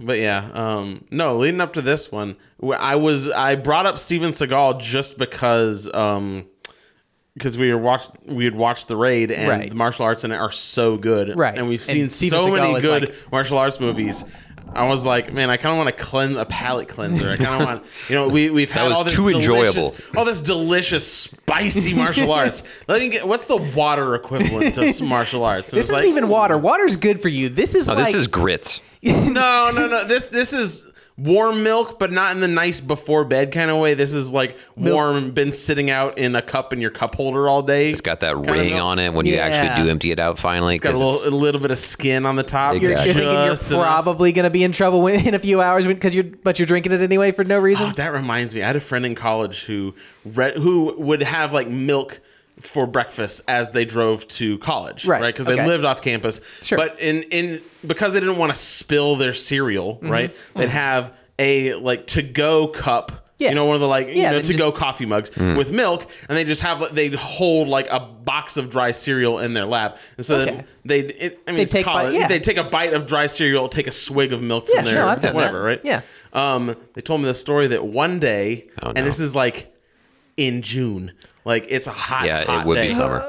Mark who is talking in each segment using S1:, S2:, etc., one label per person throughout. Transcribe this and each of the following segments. S1: but yeah, um, no. Leading up to this one, wh- I was I brought up Steven Seagal just because because we were watched we had watched the raid and
S2: Right.
S1: the martial arts in it are so good,
S2: Right.
S1: And we've
S2: And
S1: seen
S2: Steven
S1: so
S2: Seagal
S1: many
S2: is
S1: good
S2: like-
S1: martial arts movies. I was like, man, I kind of want to cleanse a palate cleanser. I kind of want, you know, we we've had
S3: was
S1: all this
S3: too
S1: delicious-
S3: enjoyable.
S1: all this delicious, spicy martial arts. Let me get what's the water equivalent to s- martial arts? And
S2: This
S1: it's like-
S2: isn't
S1: oh,
S2: even water. Water's good for you. This is
S3: No,
S2: like
S3: Oh, this is grits.
S1: No, no, no. This this is warm milk, but not in the nice before bed kind of way. This is like warm, been sitting out in a cup in your cup holder all day.
S3: It's got that
S1: Kinda
S3: ring
S1: milk.
S3: on it when you
S2: Yeah.
S3: actually do empty it out finally.
S1: It's got a
S3: 'cause
S1: little, a little bit of skin on the top.
S3: You're-
S2: you're thinking you're
S1: Just enough.
S2: probably going to be in trouble when, in a few hours because you're but you're drinking it anyway for no reason.
S1: Oh, that reminds me. I had a friend in college who read, who would have like milk for breakfast as they drove to college,
S2: Right,
S1: Because they
S2: okay.
S1: lived off campus.
S2: Sure.
S1: But in in because they didn't want to spill their cereal,
S2: Mm-hmm.
S1: right? They'd have a like to go cup.
S2: Yeah.
S1: You know, one of the like
S2: Yeah,
S1: you know
S2: they
S1: to go coffee mugs with milk, and they just have like they hold like a box of dry cereal in their lap, and so
S2: Okay.
S1: then they it, I mean
S2: They
S1: it's
S2: take bite-
S1: college.
S2: yeah.
S1: they take a bite of dry cereal, take a swig of milk
S2: Yeah,
S1: from
S2: sure,
S1: their
S2: I've done
S1: whatever,
S2: that.
S1: right?
S2: Yeah.
S1: um, they told me the story that one day,
S3: Oh, no.
S1: and this is like in June, like it's a hot,
S3: Yeah,
S1: hot
S3: it would
S1: day.
S3: be summer.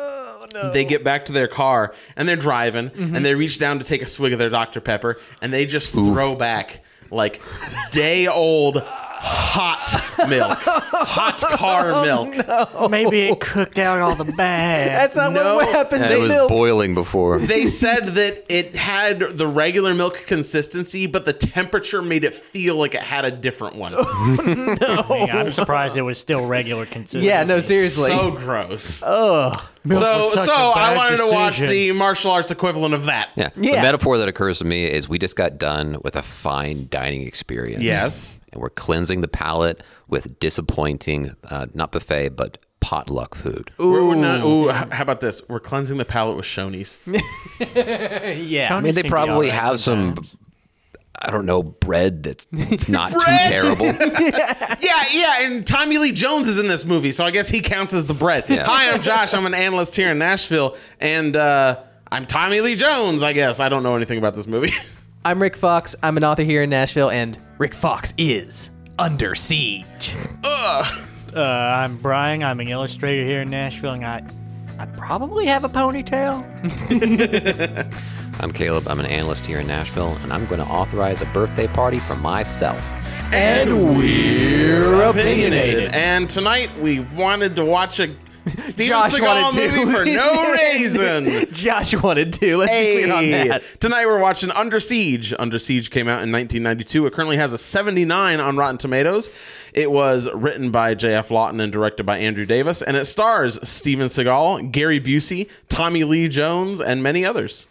S1: They get back to their car and they're driving, and they reach down to take a swig of their Dr Pepper, and they just throw back like day old hot milk, hot car milk.
S4: Maybe it cooked out all the bad.
S2: That's not
S1: No.
S2: what happened
S3: And
S2: to
S3: it was
S2: milk.
S3: boiling before.
S1: They said that it had the regular milk consistency, but the temperature made it feel like it had a different one.
S4: me. I'm surprised it was still regular consistency.
S2: yeah, no, seriously.
S1: So gross.
S4: Milk
S1: So,
S4: was such
S1: so
S4: a
S1: I
S4: bad
S1: wanted to watch
S4: decision.
S1: the martial arts equivalent of that.
S3: Yeah.
S2: Yeah.
S3: The metaphor that occurs to me is we just got done with a fine dining experience.
S1: Yes.
S3: And we're cleansing the palate with disappointing, uh, not buffet, but potluck food.
S1: We're, we're not, ooh, h- how about this? We're cleansing the palate with Shoney's.
S4: Yeah,
S3: I mean, they probably have some, I don't know, bread that's it's not too terrible.
S1: yeah, yeah, and Tommy Lee Jones is in this movie, so I guess he counts as the bread. Hi, I'm Josh. I'm an analyst here in Nashville, and uh, I'm Tommy Lee Jones, I guess. I don't know anything about this movie.
S2: I'm Rick Fox. I'm an author here in Nashville, and Rick Fox is under siege.
S4: Uh, I'm Brian. I'm an illustrator here in Nashville, and I, I probably have a ponytail.
S3: I'm Caleb. I'm an analyst here in Nashville, and I'm going to authorize a birthday party for myself.
S1: and we're opinionated. And tonight we wanted to watch a Steven
S2: Josh
S1: Seagal
S2: wanted to.
S1: movie for no reason.
S2: Josh wanted to. Let's be clear on
S1: Hey.
S2: that.
S1: Tonight we're watching Under Siege. Under Siege came out in 1992. It currently has a 79 on Rotten Tomatoes. It was written by J.F. Lawton and directed by Andrew Davis, and it stars Steven Seagal, Gary Busey, Tommy Lee Jones, and many others.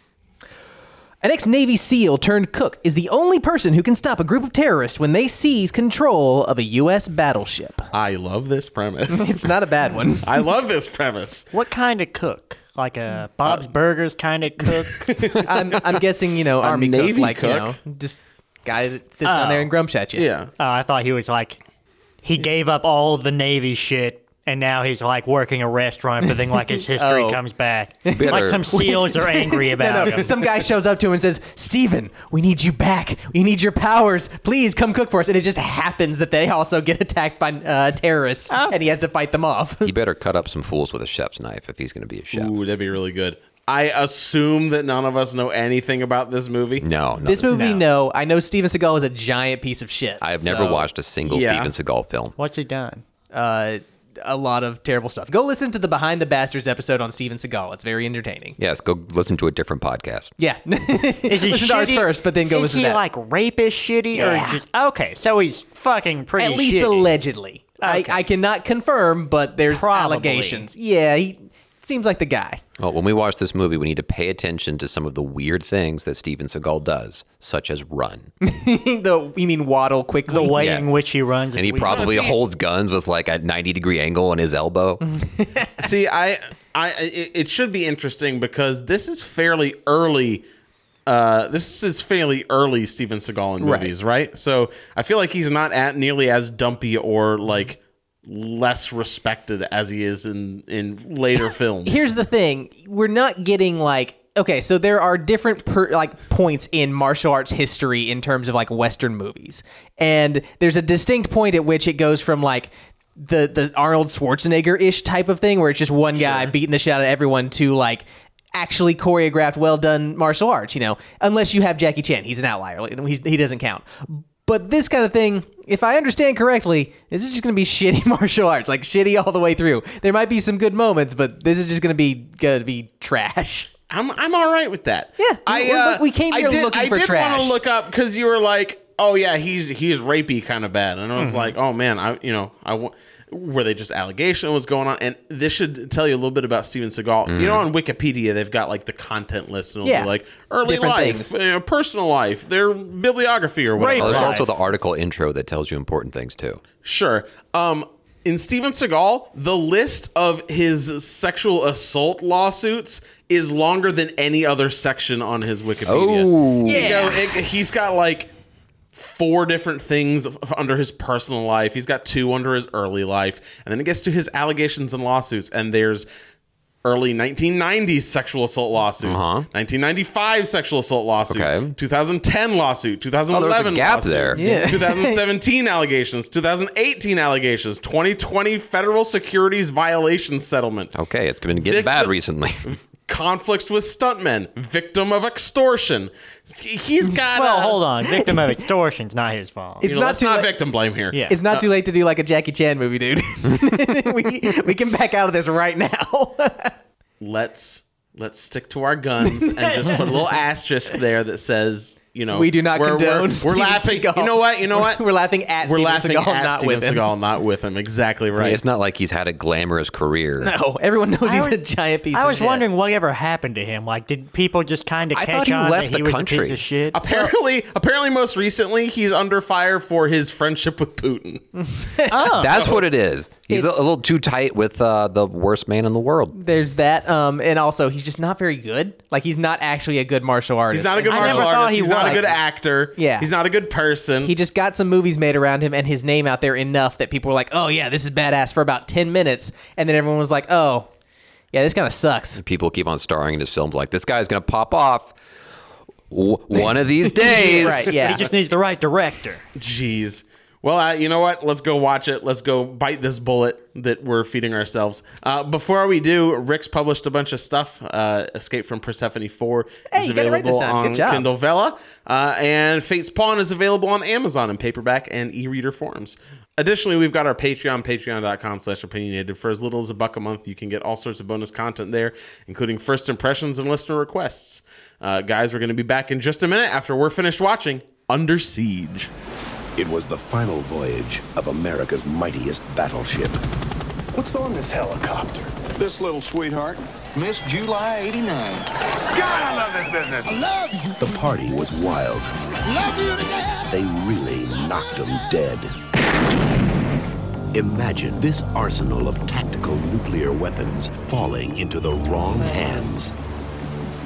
S2: An ex Navy SEAL turned cook is the only person who can stop a group of terrorists when they seize control of a U.S. battleship.
S1: I love this premise.
S2: It's not a bad one.
S1: I love this premise.
S4: What kind of cook? Like a Bob's Burgers kind of cook?
S2: I'm, I'm guessing, you know, Army
S1: Navy
S2: cook, like, you know,
S1: cook.
S2: just guy that sits down there and grumps at you.
S1: Yeah.
S4: Oh, I thought he was like, he gave up all the Navy shit, and now he's like working a restaurant, but then like his history
S2: Oh.
S4: comes back. Like
S3: Bitter.
S4: some SEALs are angry
S2: No,
S4: about
S2: no.
S4: him.
S2: Some guy shows up to him and says, Steven, we need you back. We need your powers. Please come cook for us. And it just happens that they also get attacked by uh, terrorists
S3: Oh.
S2: and he has to fight them off.
S3: He better cut up some fools with a chef's knife if he's going to be a chef.
S1: Ooh, that'd be really good. I assume that none of us know anything about this movie.
S3: No, no.
S2: This movie,
S4: No.
S2: no. I know Steven Seagal is a giant piece of shit.
S3: I have
S2: so,
S3: never watched a single
S1: Yeah.
S3: Steven Seagal film.
S4: What's he done?
S2: Uh, a lot of terrible stuff. Go listen to the Behind the Bastards episode on Steven Seagal. It's very entertaining.
S3: Yes, go listen to a different podcast.
S2: Yeah.
S4: Is he
S2: listen to ours
S4: shitty-
S2: first, but then go
S4: is
S2: listen
S4: he
S2: to that.
S4: like rapist shitty
S2: Yeah.
S4: or just okay? So he's fucking pretty.
S2: At least
S4: shitty.
S2: allegedly.
S4: Okay.
S2: I, I cannot confirm, but there's
S4: Probably.
S2: allegations. Yeah, he seems like the guy.
S3: Well, when we watch this movie, we need to pay attention to some of the weird things that Steven Seagal does, such as run.
S2: the you mean waddle quickly?
S4: the way
S3: Yeah.
S4: in which he runs.
S3: And he probably holds guns with like a 90 degree angle on his elbow.
S1: See, I, I, it it should be interesting because this is fairly early. Uh, this is fairly early Steven Seagal in
S2: Right.
S1: movies, right. So I feel like he's not at nearly as dumpy or like less respected as he is in in later films.
S2: Here's the thing: we're not getting like okay, so there are different per, like points in martial arts history in terms of like Western movies, and there's a distinct point at which it goes from like the the Arnold Schwarzenegger ish type of thing where it's just one guy beating the shit out of everyone to like actually choreographed, well done martial arts. You know, unless you have Jackie Chan, he's an outlier. Like, he's, he doesn't count. But this kind of thing, if I understand correctly, this is just going to be shitty martial arts, like shitty all the way through. There might be some good moments, but this is just going to be going to be trash.
S1: I'm I'm all right with that.
S2: Yeah,
S1: I
S2: we're-
S1: uh,
S2: look, we came
S1: I
S2: here
S1: did,
S2: looking for
S1: I did want
S2: trash.
S1: to look up because you were like, oh yeah, he's he's rapey kind of bad, and I was like, oh man, I you know I wa- were they just allegation was going on, and this should tell you a little bit about Steven Seagal. You know, on Wikipedia they've got like the content list and it'll
S2: Mm. Yeah.
S1: be like early
S2: Different
S1: life,
S2: things.
S1: you know, personal life, their bibliography or whatever.
S4: Rape
S3: Oh, there's
S4: Right.
S3: also the article intro that tells you important things too.
S1: Sure. Um, in Steven Seagal, the list of his sexual assault lawsuits is longer than any other section on his Wikipedia.
S3: Oh.
S1: You know, it- he's got like four different things f- under his personal life. He's got two under his early life, and then it gets to his allegations and lawsuits, and there's. Early 1990s sexual assault lawsuits,
S3: Uh-huh.
S1: 1995 sexual assault lawsuit,
S3: Okay. Oh,
S1: 2010 lawsuit, 2011
S3: gap
S1: lawsuit,
S3: there.
S2: Yeah.
S1: 2017 allegations, 2018 allegations, 2020 federal securities violation settlement,
S3: Okay, it's been getting
S1: Victor-
S3: bad recently.
S1: conflicts with stuntmen, victim of extortion. He's got.
S4: Well,
S1: a-
S4: hold on. Victim of extortion's not his fault.
S1: You
S2: It's
S1: know,
S2: not
S1: let's
S2: too
S1: not
S2: late-
S1: victim blame here.
S4: Yeah.
S2: It's not
S1: Uh,
S2: too late to do like a Jackie Chan movie, dude. we we can back out of this right now.
S1: Let's let's stick to our guns and just put a little asterisk there that says, you know,
S2: we do not
S1: we're,
S2: condone.
S1: We're, we're
S2: Steven
S1: laughing.
S2: Seagal.
S1: You know what? You know
S2: We're-
S1: what?
S2: We're, laughing at.
S1: We're
S2: Steven
S1: laughing
S2: Seagal,
S1: at
S2: not
S1: Steven
S2: with him.
S1: Seagal, not with him. Exactly
S3: I
S1: right.
S3: mean, it's not like he's had a glamorous career.
S2: No, Oh, everyone knows
S4: I
S2: he's
S4: was-
S2: a giant piece.
S4: I
S2: of
S4: was
S2: shit.
S4: wondering whatever happened to him. Like, did people just kind of
S3: I
S4: catch
S3: thought he
S4: on
S3: left
S4: that
S3: the
S4: he was a
S3: country.
S4: piece of shit?
S1: Apparently, apparently, most recently, he's under fire for his friendship with Putin.
S3: That's what it is. He's a,
S2: It's-
S3: a little too tight with uh, the worst man in the world.
S2: There's that, um, and also he's just not very good. Like he's not actually a good martial artist.
S1: He's not a good
S4: I
S1: martial
S4: never thought
S1: artist.
S4: he
S1: He's not a
S4: was.
S1: good actor.
S2: Yeah.
S1: He's not a good person.
S2: He just got some movies made around him and his name out there enough that people were like, "Oh yeah, this is badass" for about ten minutes, and then everyone was like, "Oh, yeah, this kind of sucks."
S3: People keep on starring in his films like this guy's going to pop off w- one of these days.
S2: Right? Yeah.
S4: He just needs the right director.
S1: Jeez. Well, uh, you know what? Let's go watch it. Let's go bite this bullet that we're feeding ourselves. Uh, before we do, Rick's published a bunch of stuff. Uh, Escape from Persephone 4
S2: Hey,
S1: is
S2: you got it right this
S1: available
S2: time. Good
S1: on
S2: job.
S1: Kindle Vella. Uh, and Fate's Pawn is available on Amazon in paperback and e-reader forms. Additionally, we've got our Patreon, patreon.com slash opinionated. For as little as a buck a month, you can get all sorts of bonus content there, including first impressions and listener requests. Uh, guys, we're going to be back in just a minute after we're finished watching Under Siege.
S5: It was the final voyage of America's mightiest battleship.
S6: What's on this helicopter?
S7: This little sweetheart.
S6: Miss July 89.
S7: God, I love this business.
S5: The party was wild. They really knocked them dead. Imagine this arsenal of tactical nuclear weapons falling into the wrong hands.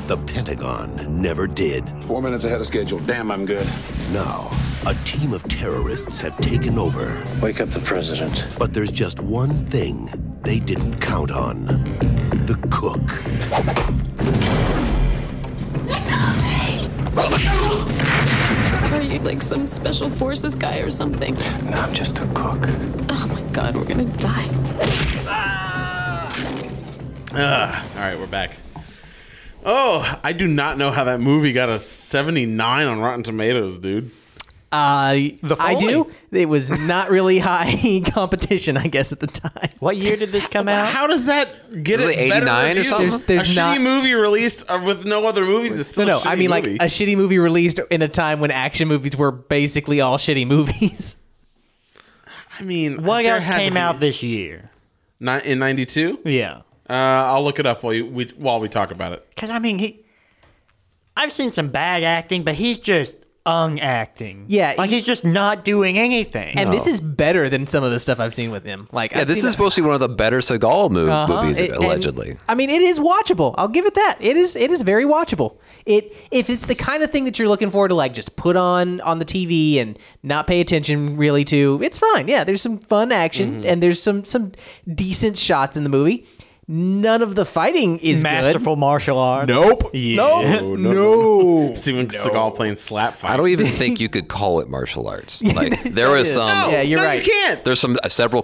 S5: The Pentagon never did.
S7: Four minutes ahead of schedule. Damn, I'm good.
S5: Now, a team of terrorists have taken over.
S6: Wake up the president.
S5: But there's just one thing they didn't count on the cook.
S8: Are you like some special forces guy or something?
S6: No, I'm just a cook.
S8: Oh my god, we're gonna die.
S1: Ugh. All right, we're back. Oh, I do not know how that movie got a 79 on Rotten Tomatoes, dude.
S2: Uh, I
S4: Foley.
S2: do. It was not really high competition, I guess, at the time.
S4: What year did this come out?
S1: How does that get
S3: Was
S1: it
S3: it 89 or
S1: better reviews?
S3: something?
S2: There's- there's
S1: a
S2: not-
S1: shitty movie released uh, with no other movies is
S2: No,
S1: still
S2: no.
S1: a
S2: I
S1: shitty
S2: mean, like
S1: movie.
S2: a shitty movie released in a time when action movies were basically all shitty movies.
S1: I mean,
S4: what
S1: there
S4: else
S1: had to
S4: came
S1: be-
S4: out this year?
S1: Ni- in 92?
S4: Yeah.
S1: Uh, I'll look it up while you, we while we talk about it.
S4: Because, I mean, he. I've seen some bad acting, but he's just unacting.
S2: Yeah,
S4: Like,
S2: he-
S4: he's just not doing anything.
S2: And this is better than some of the stuff I've seen with him. Like,
S3: Yeah,
S2: I've
S3: this
S2: seen-
S3: is supposed to be one of the better Seagal mo-
S2: Uh-huh.
S3: movies,
S2: It- and-
S3: allegedly.
S2: I mean, it is watchable. I'll give it that. It is it is very watchable. It if it's the kind of thing that you're looking for to like just put on on the TV and not pay attention really
S3: Mm-hmm.
S2: to, it's fine. Yeah, there's some fun action and there's some some decent shots in the movie. none of the fighting is
S4: Masterful martial art.
S1: Nope.
S4: Yeah.
S1: Oh, No. No. Steven Seagal playing slap fight.
S3: I don't even think you could call it martial arts. Like there was some,
S1: No,
S2: Yeah, you're
S1: no,
S2: right.
S1: You can't.
S3: there's some uh, several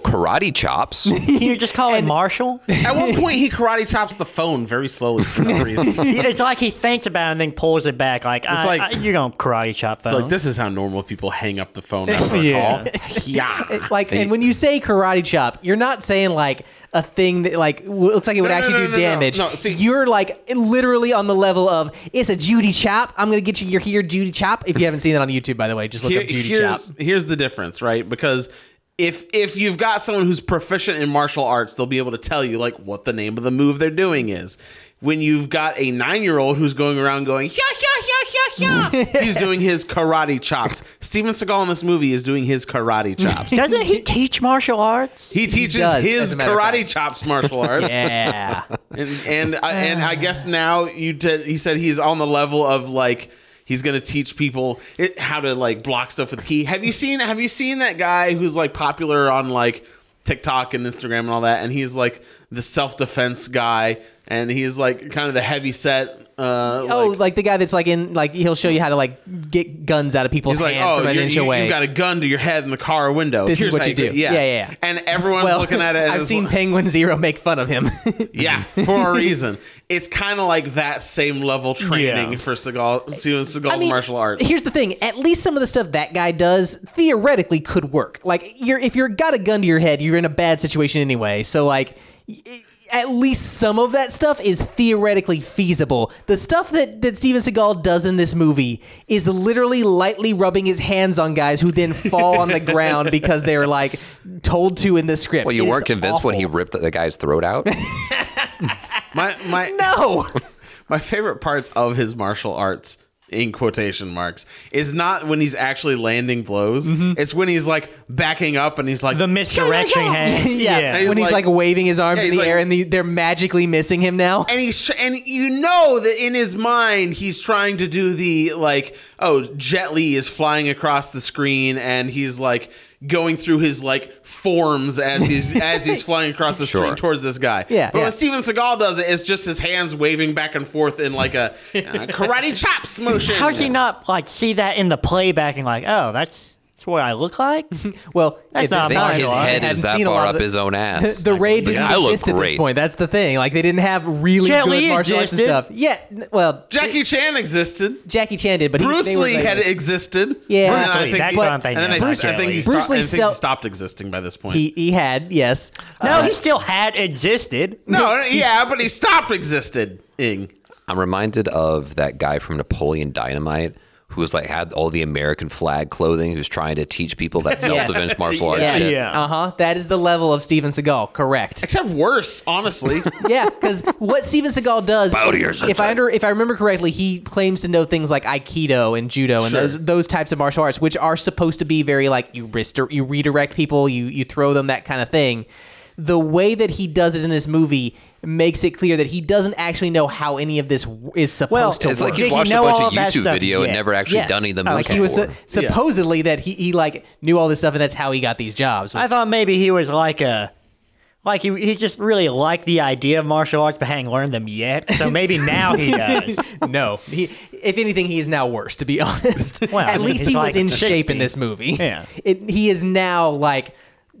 S3: karate chops.
S4: Can you just call it martial?
S1: At one point, he karate chops the phone very slowly for no reason. It's
S4: it's like he thinks about it and then pulls it back. Like, "Uh, I,
S1: like-
S4: I- you're going to karate chop phone.
S1: like this is how normal people hang up the phone after a
S4: Yeah.
S1: call. Yeah.
S2: good. Like, and when you say karate chop, you're not saying like a thing that like w- looks like it would
S1: No, no,
S2: actually
S1: no,
S2: do
S1: no, no.
S2: damage.
S1: No, see-
S2: you're like literally on the level of it's a Judy chop. I'm gonna get you your here Judy chop. If you haven't seen that on YouTube, by the way, just look
S1: Here-
S2: up Judy chop.
S1: here's, here's the difference, right? Because if if you've got someone who's proficient in martial arts, they'll be able to tell you like what the name of the move they're doing is. When you've got a nine year old who's going around going yeah yeah yeah yeah yeah, he's doing his karate chops. Steven Seagal in this movie is doing his karate chops.
S4: Doesn't he teach martial arts?
S1: He teaches
S2: does, as
S1: his
S2: a matter of
S1: karate
S2: fact.
S1: chops martial arts.
S2: Yeah.
S1: and and I, and I
S2: Uh.
S1: guess now you did, he said he's on the level of like he's gonna teach people it, how to like block stuff with key. Have you seen Have you seen that guy who's like popular on like TikTok and Instagram and all that? And he's like the self defense guy, and he's like kind of the heavy set. Uh,
S2: oh, like, the guy that's like in like he'll show you how to like get guns out of people's
S1: He's like,
S2: hands
S1: oh,
S2: from an
S1: you're,
S2: inch
S1: you,
S2: away.
S1: have got a gun to your head in the car window.
S2: This is
S1: Here's
S2: what
S1: how
S2: you do.
S1: it.
S2: Yeah, yeah, yeah.
S1: And everyone's
S2: well,
S1: looking at it. and
S2: I've
S1: it's
S2: seen
S1: like-
S2: Penguin Zero make fun of him.
S1: Yeah, for a reason. It's kind of like that same level training
S4: Yeah.
S1: for Seagal, Steven Seagal's
S2: I mean,
S1: martial art.
S2: Here's the thing: at least some of the stuff that guy does theoretically could work. Like, you're if you're got a gun to your head, you're in a bad situation anyway. So, like, y- at least some of that stuff is theoretically feasible. The stuff that that Steven Seagal does in this movie is literally lightly rubbing his hands on guys who then fall on the ground because they were like told to in the script.
S3: Well, you
S2: It is
S3: weren't convinced when he
S2: awful.
S3: ripped the, the guy's throat out.
S1: My my
S2: No.
S1: my favorite parts of his martial arts in quotation marks is not when he's actually landing blows. It's when he's like backing up and he's like
S4: Mm-hmm. The misdirection hand.
S2: yeah.
S1: He's
S2: When he's
S1: like-
S2: like, waving his arms
S1: Yeah,
S2: in
S1: he's
S2: the
S1: like-
S2: air and the, they're magically missing him now.
S1: and he's tr- and you know that in his mind he's trying to do the like oh Jet Li is flying across the screen and he's like going through his like forms as he's as he's flying across the
S3: Sure.
S1: screen towards this guy.
S2: Yeah,
S1: But
S2: yeah.
S1: when Steven Seagal does it, it's just his hands waving back and forth in like a uh, karate chops motion.
S4: How does he not like see that in the playback and like, oh, that's that's what I look like?
S2: Well,
S4: That's
S2: at this time,
S4: not much.
S3: his
S4: I
S3: head is
S2: hadn't
S3: that
S2: seen a lot
S3: far
S2: of
S3: up
S2: the-
S3: his own ass.
S2: the raid didn't
S3: I look
S2: exist at this
S3: great.
S2: point. That's the thing. Like they didn't have really
S4: Jet
S2: good
S4: Li
S2: martial arts and
S4: existed.
S2: stuff. Yeah. n- Well,
S1: Jackie Chan existed.
S2: Jackie Chan did, but he,
S1: Bruce
S2: they were
S1: Lee
S2: like-
S1: had existed.
S2: Yeah.
S1: And
S2: Bruce
S1: I
S4: Lee,
S1: think
S4: that's
S1: he-
S4: what I'm thinking
S1: And then I,
S4: about,
S1: I think he,
S4: Bruce
S1: stopped,
S2: Lee.
S1: I think he
S2: sel-
S1: stopped existing by this point.
S2: He he had yes.
S4: No, he still had existed.
S1: Uh, no, yeah, but he stopped existing.
S3: I'm reminded of that guy from Napoleon Dynamite who was like had all the American flag clothing who's trying to teach people that self defense martial arts
S2: Yes.
S3: shit.
S4: Yeah.
S2: Uh huh. That is the level of Steven Seagal. Correct.
S1: Except worse, honestly.
S2: yeah, because what Steven Seagal does, if I under, if I remember correctly, he claims to know things like Aikido and Judo and
S1: Sure.
S2: those those types of martial arts, which are supposed to be very like you restor- you redirect people, you you throw them that kind of thing. The way that he does it in this movie makes it clear that he doesn't actually know how any of this w- is supposed
S4: Well,
S2: to
S3: It's
S2: work.
S3: like he's
S4: Did he
S3: watched a
S4: know
S3: bunch
S4: all
S3: of
S4: that
S3: YouTube
S4: stuff
S3: video and
S4: yet?
S3: never actually
S2: Yes. Oh,
S3: done any of the moves
S2: like he was
S3: before.
S2: su- supposedly that he, he like knew all this stuff and that's how he got these jobs.
S4: I
S2: was-
S4: thought maybe he was like a like he, he just really liked the idea of martial arts but hadn't learned them yet. So maybe now he does.
S2: no, he, if anything, he is now worse. To be honest,
S4: Well,
S2: at least
S4: he's
S2: he was
S4: like
S2: in
S4: 60.
S2: shape in this movie.
S4: Yeah.
S2: it, he is now like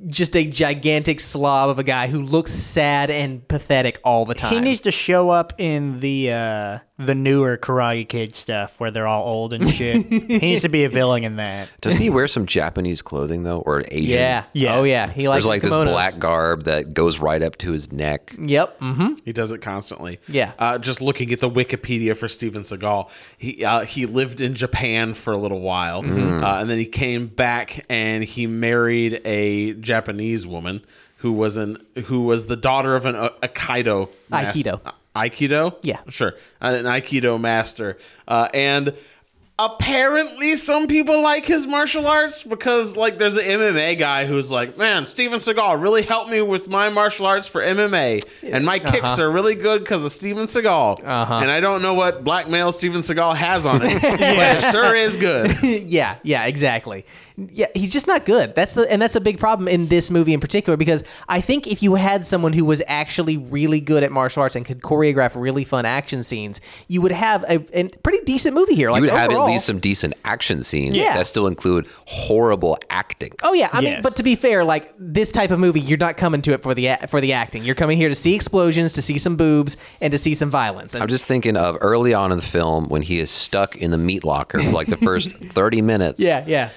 S2: just a gigantic slob of a guy who looks sad and pathetic all the time.
S4: He needs to show up in the uh the newer Karate Kid stuff where they're all old and shit. he needs to be a villain in that.
S3: Doesn't he wear some Japanese clothing though, or Asian?
S2: yeah,
S4: Yes.
S2: oh yeah, he likes
S3: There's like
S2: his
S3: this
S2: kimonos.
S3: black garb that goes right up to his neck.
S2: Yep. Mm-hmm.
S1: he does it constantly.
S2: Yeah.
S1: Uh, just looking at the Wikipedia for Steven Seagal, he uh, he lived in Japan for a little while, uh, and then he came back and he married a Japanese woman who was an who was the daughter of an a- Aikido mas-
S2: Aikido.
S1: Aikido.
S2: Yeah.
S1: sure, an Aikido master, uh, and Apparently, some people like his martial arts because, like, there's an MMA guy who's like, "Man, Steven Seagal really helped me with my martial arts for MMA, and my kicks are really good because of Steven Seagal." Uh-huh. And I don't know what blackmail Steven Seagal has on it, but it sure is good.
S2: yeah, yeah, exactly. Yeah, he's just not good. That's the and that's a big problem in this movie in particular because I think if you had someone who was actually really good at martial arts and could choreograph really fun action scenes, you would have a, a pretty decent movie here. Like
S3: you would have
S2: overall-
S3: at least some decent action scenes
S2: Yeah.
S3: that still include horrible acting.
S2: Oh yeah, I mean,
S4: Yes.
S2: but to be fair, like this type of movie, you're not coming to it for the a- for the acting. You're coming here to see explosions, to see some boobs, and to see some violence. And-
S3: I'm just thinking of early on in the film when he is stuck in the meat locker for like the first 30 minutes.
S2: yeah, yeah.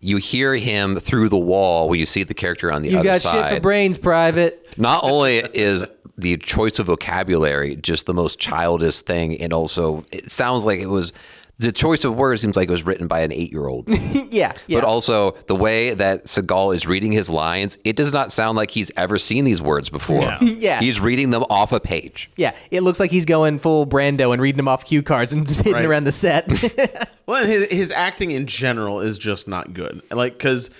S3: You hear him through the wall where you see the character on the
S2: You
S3: other
S2: got
S3: side.
S2: shit for brains, private.
S3: Not only is the choice of vocabulary just the most childish thing, and also it sounds like it was the choice of words seems like it was written by an eight year old.
S2: yeah, yeah.
S3: But also the way that Seagal is reading his lines, it does not sound like he's ever seen these words before.
S2: Yeah.
S3: He's reading them off a page.
S2: yeah, it looks like he's going full Brando and reading them off cue cards and just hitting
S1: Right.
S2: around the set.
S1: Well, his, his acting in general is just not good. Like, because,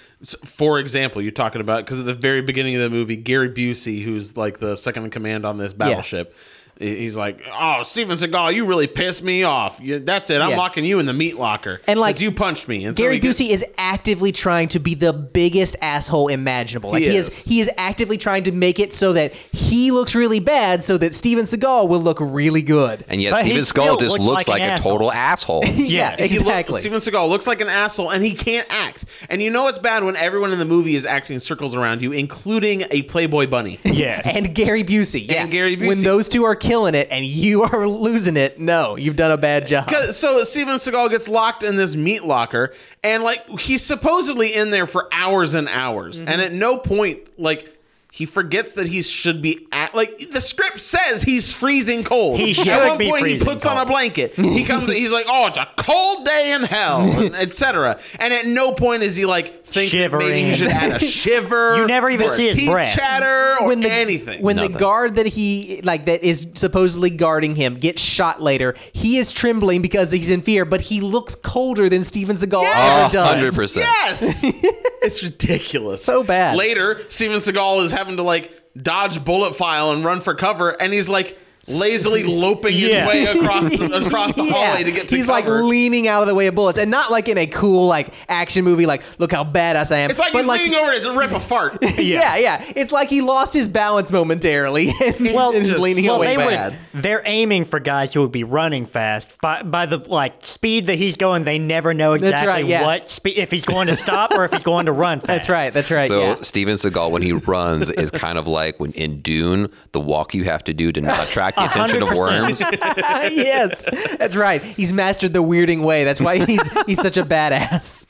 S1: for example, you're talking about, because at the very beginning of the movie, Gary Busey, who's like the second in command on this battleship, he- he's like, Oh, Steven Seagal, you really pissed me off. You, that's it. I'm
S2: Yeah.
S1: locking you in the meat locker.
S2: And, like,
S1: 'Cause you punched me. And so
S2: Gary
S1: he gets-
S2: Busey is actively trying to be the biggest asshole imaginable. Like
S1: He
S2: he, is.
S1: is.
S2: he is actively trying to make it so that he looks really bad, so that Steven Seagal will look really good.
S3: And yet
S4: But he
S3: Steven
S4: still
S3: Skull just
S4: looks
S3: looks
S4: like
S3: like,
S4: an
S3: a
S4: asshole.
S3: total asshole.
S2: yeah,
S1: He look-
S2: exactly.
S1: Steven Seagal looks like an asshole, and he can't act. And you know it's bad when everyone in the movie is acting in circles around you, including a Playboy bunny.
S4: Yeah.
S2: and Gary Busey. Yeah.
S1: And Gary
S2: When
S1: Busey.
S2: those two are killing it and you are losing it, no, you've done a bad job.
S1: Because- so Steven Seagal gets locked in this meat locker, and like he's supposedly in there for hours and hours,
S4: Mm-hmm.
S1: and at no point like he forgets that he should be at like the script says he's freezing cold.
S4: He should
S1: at one
S4: be
S1: point he
S4: freezing
S1: puts on a
S4: cold.
S1: blanket. He comes. he's like, oh, it's a cold day in hell, etc. And at no point is he like think that maybe he
S4: Shivering.
S1: should add a shiver.
S4: You never even
S1: or a
S4: see his
S1: teeth
S4: breath.
S1: chatter or
S2: When the,
S1: anything.
S2: when
S3: Nothing.
S2: the guard that he like that is supposedly guarding him gets shot later, he is trembling because he's in fear, but he looks colder than Steven Seagal
S1: Yes!
S4: Oh,
S2: ever does.
S3: 100%.
S1: Yes, it's ridiculous.
S2: So bad.
S1: Later, Steven Seagal is having to like dodge bullet file and run for cover, and he's like lazily loping his
S4: Yeah.
S1: way across the, across the
S2: Yeah.
S1: hallway to get to
S2: He's
S1: cover.
S2: like leaning out of the way of bullets, and not like in a cool like action movie, like look how badass I am.
S1: it's like
S2: but
S1: he's leaning over to rip a fart.
S2: yeah. yeah, It's like he lost his balance momentarily and,
S4: Well,
S2: and is
S1: just
S2: leaning
S1: so
S2: away.
S4: they
S1: bad.
S4: would, they're aiming for guys who would be running fast. By, by the like speed that he's going, they never know
S2: That's
S4: exactly
S2: right, yeah.
S4: what speed if he's going to stop or if he's going to run fast.
S2: That's right. That's right.
S3: So
S2: Uh, yeah.
S3: Steven Seagal, when he runs, is kind of like when in Dune, the walk you have to do to not attract the attention of
S4: 100%.
S3: worms.
S2: yes, that's right. He's mastered the weirding way. That's why he's he's such a badass.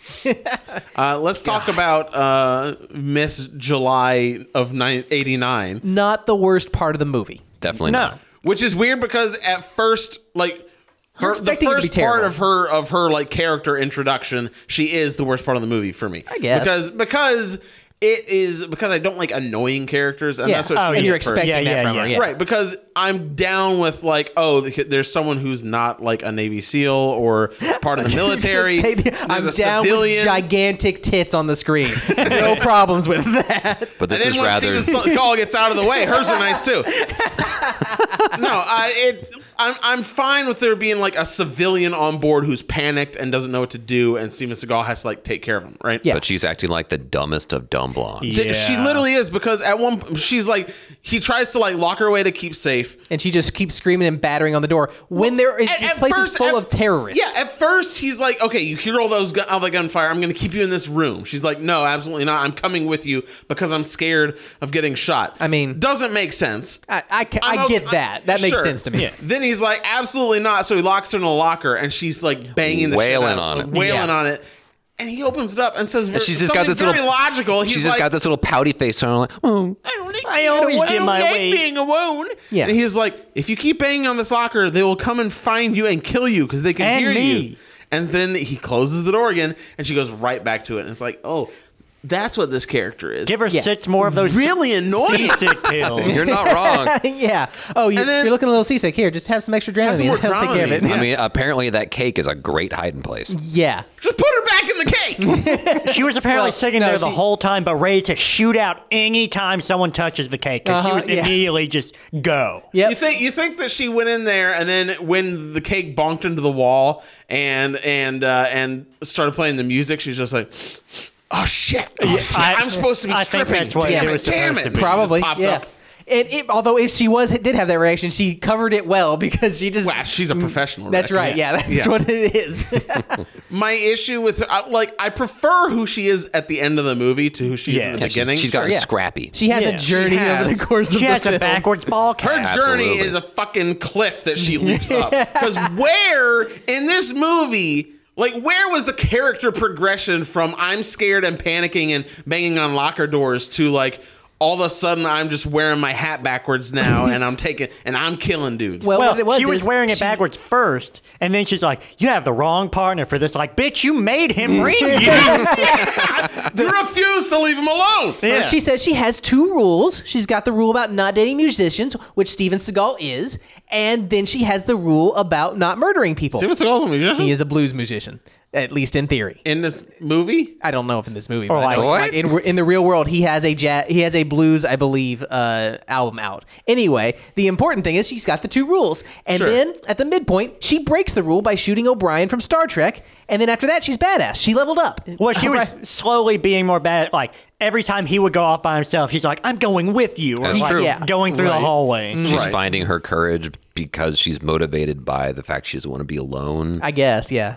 S1: Uh, let's talk about uh, Miss July of nine eighty nine.
S2: Not the worst part of the movie.
S3: Definitely
S4: No.
S3: not.
S1: which is weird because at first like her the
S2: expecting it to be
S1: first part
S2: terrible.
S1: of her of her like character introduction she is the worst part of the movie for me i
S2: guess.
S1: because because it is because i don't like annoying characters and
S2: Yeah.
S1: that's what
S2: Oh,
S1: she
S2: and
S1: is
S2: you're
S1: at first.
S2: expecting
S4: Yeah,
S2: that
S4: yeah,
S2: from her.
S4: yeah.
S2: Yeah.
S1: Right, because I'm down with like, oh, th- there's someone who's not like a Navy SEAL or part of the military.
S2: Say the-
S1: There's
S2: I'm
S1: a
S2: down with
S1: civilian.
S2: gigantic tits on the screen. No problems with that.
S3: But this
S1: and then
S3: is
S1: when
S3: rather.
S1: Steven Seagal gets out of the way, hers are nice too. no, I, it's I'm I'm fine with there being like a civilian on board who's panicked and doesn't know what to do, and Steven Seagal has to like take care of him, right?
S2: Yeah.
S3: But she's acting like the dumbest of dumb blondes.
S1: Th- She
S4: Yeah.
S1: literally is because at one p- she's like he tries to like lock her away to keep safe.
S2: And she just keeps screaming and battering on the door when there is
S1: At-
S2: this
S1: at
S2: place is
S1: first-
S2: full
S1: at-
S2: of terrorists.
S1: Yeah, at first he's like, "Okay, you hear all those gun, all the gunfire. I'm going to keep you in this room." She's like, "No, absolutely not. I'm coming with you because I'm scared of getting shot."
S2: I mean-
S1: doesn't make sense.
S2: I, I, ca-
S1: I'm
S2: I
S1: okay-
S2: get that. That makes
S1: uh, sure.
S2: sense to me.
S1: Then he's like, absolutely not. So he locks her in a locker, and she's like banging the
S3: Wailing
S1: shit out,
S3: on it.
S1: wailing
S2: Yeah.
S1: on it. And he opens it up and says,
S3: And
S1: she's just got this very
S3: little-
S1: logical. He's
S3: She's
S1: like,
S3: just got this little pouty face on, like, oh,
S1: I don't like,
S4: I
S1: I
S4: always
S1: don't, I
S4: get
S1: don't
S4: my
S1: like
S4: way."
S1: being alone.
S2: Yeah.
S1: And he's like, if you keep banging on this locker, they will come and find you and kill you because they can
S4: And
S1: hear you.
S4: me.
S1: And then he closes the door again, and she goes right back to it. And it's like, oh,
S9: That's what this character is.
S4: Give her
S2: Yeah.
S4: six more of those
S9: really annoying.
S4: seasick pills.
S3: You're not wrong.
S2: yeah. Oh, you,
S9: And then-
S2: you're looking a little seasick. Here, just have some extra
S9: Have some
S2: Dramamine.
S9: more
S2: He'll take care of it.
S9: Dramamine.
S3: I mean, apparently that cake is a great hiding place.
S2: Yeah.
S9: Just put her back in the cake.
S4: She was apparently
S2: Well,
S4: sitting
S2: no,
S4: there the
S2: she-
S4: whole time, but ready to shoot out any time someone touches the cake. 'cause
S2: Uh-huh,
S4: she was
S2: yeah.
S4: immediately just go.
S2: Yep.
S1: You think you think that she went in there and then when the cake bonked into the wall and and uh, and started playing the music, she's just like, "Oh shit! Oh, shit.
S4: I-
S1: I'm supposed to be
S4: I think
S1: stripping.
S4: that's what
S1: damn
S4: it
S1: it!
S4: was
S1: Damn
S4: supposed
S1: it!
S4: to be.
S1: She just
S2: Probably.
S1: popped
S2: yeah.
S1: up.
S2: And it, although if she was did have that reaction, she covered it well because she just. Mm,
S1: Wow, she's a professional.
S2: that's
S1: Rick.
S2: right. Yeah, that's what it is.
S1: My issue with her, I, like, I prefer who she is at the end of the movie to who she is
S4: Yeah.
S1: at the
S4: Yeah,
S3: She's-
S1: beginning.
S3: she's got
S2: Yeah.
S3: scrappy.
S2: she has
S1: Yeah,
S2: a
S1: she
S2: journey over
S1: has.
S2: the course of
S4: She
S2: the
S4: has
S2: film.
S4: a backwards ball
S1: her
S4: cap.
S1: journey
S3: Absolutely.
S1: is a fucking cliff that she leaps up. Because where in this movie, like, where was the character progression from I'm scared and panicking and banging on locker doors to like all of a sudden I'm just wearing my hat backwards now and I'm taking and I'm killing dudes.
S2: Well,
S4: Well,
S2: what it was
S4: she was
S2: is
S4: wearing it
S2: she-
S4: backwards first, and then she's like, "You have the wrong partner for this." Like, bitch, you made him ring you.
S1: you refuse to leave him alone.
S4: Yeah.
S2: Well, She says she has two rules. She's got the rule about not dating musicians, which Steven Seagal is, and then she has the rule about not murdering people.
S1: Steven Seagal's a musician?
S2: he is a blues musician, at least in theory.
S1: in this movie.
S2: I don't know if in this movie, but
S4: Or
S2: I know
S3: like-
S2: it's like in in the real world, he has a jazz, he has a blues, I believe, uh, album out. Anyway, the important thing is she's got the two rules, and
S1: Sure.
S2: then at the midpoint, she breaks the rule by shooting O'Brien from Star Trek, and then after that, she's badass. She leveled up.
S4: Well, she was
S2: O'Brien-
S4: slowly being more bad. Like every time he would go off by himself, she's like, "I'm going with you," or
S3: That's
S4: like
S3: true. Mm-hmm.
S2: Yeah.
S4: going through the hallway.
S3: She's finding her courage because she's motivated by the fact she doesn't want to be alone. I,
S2: I guess, yeah,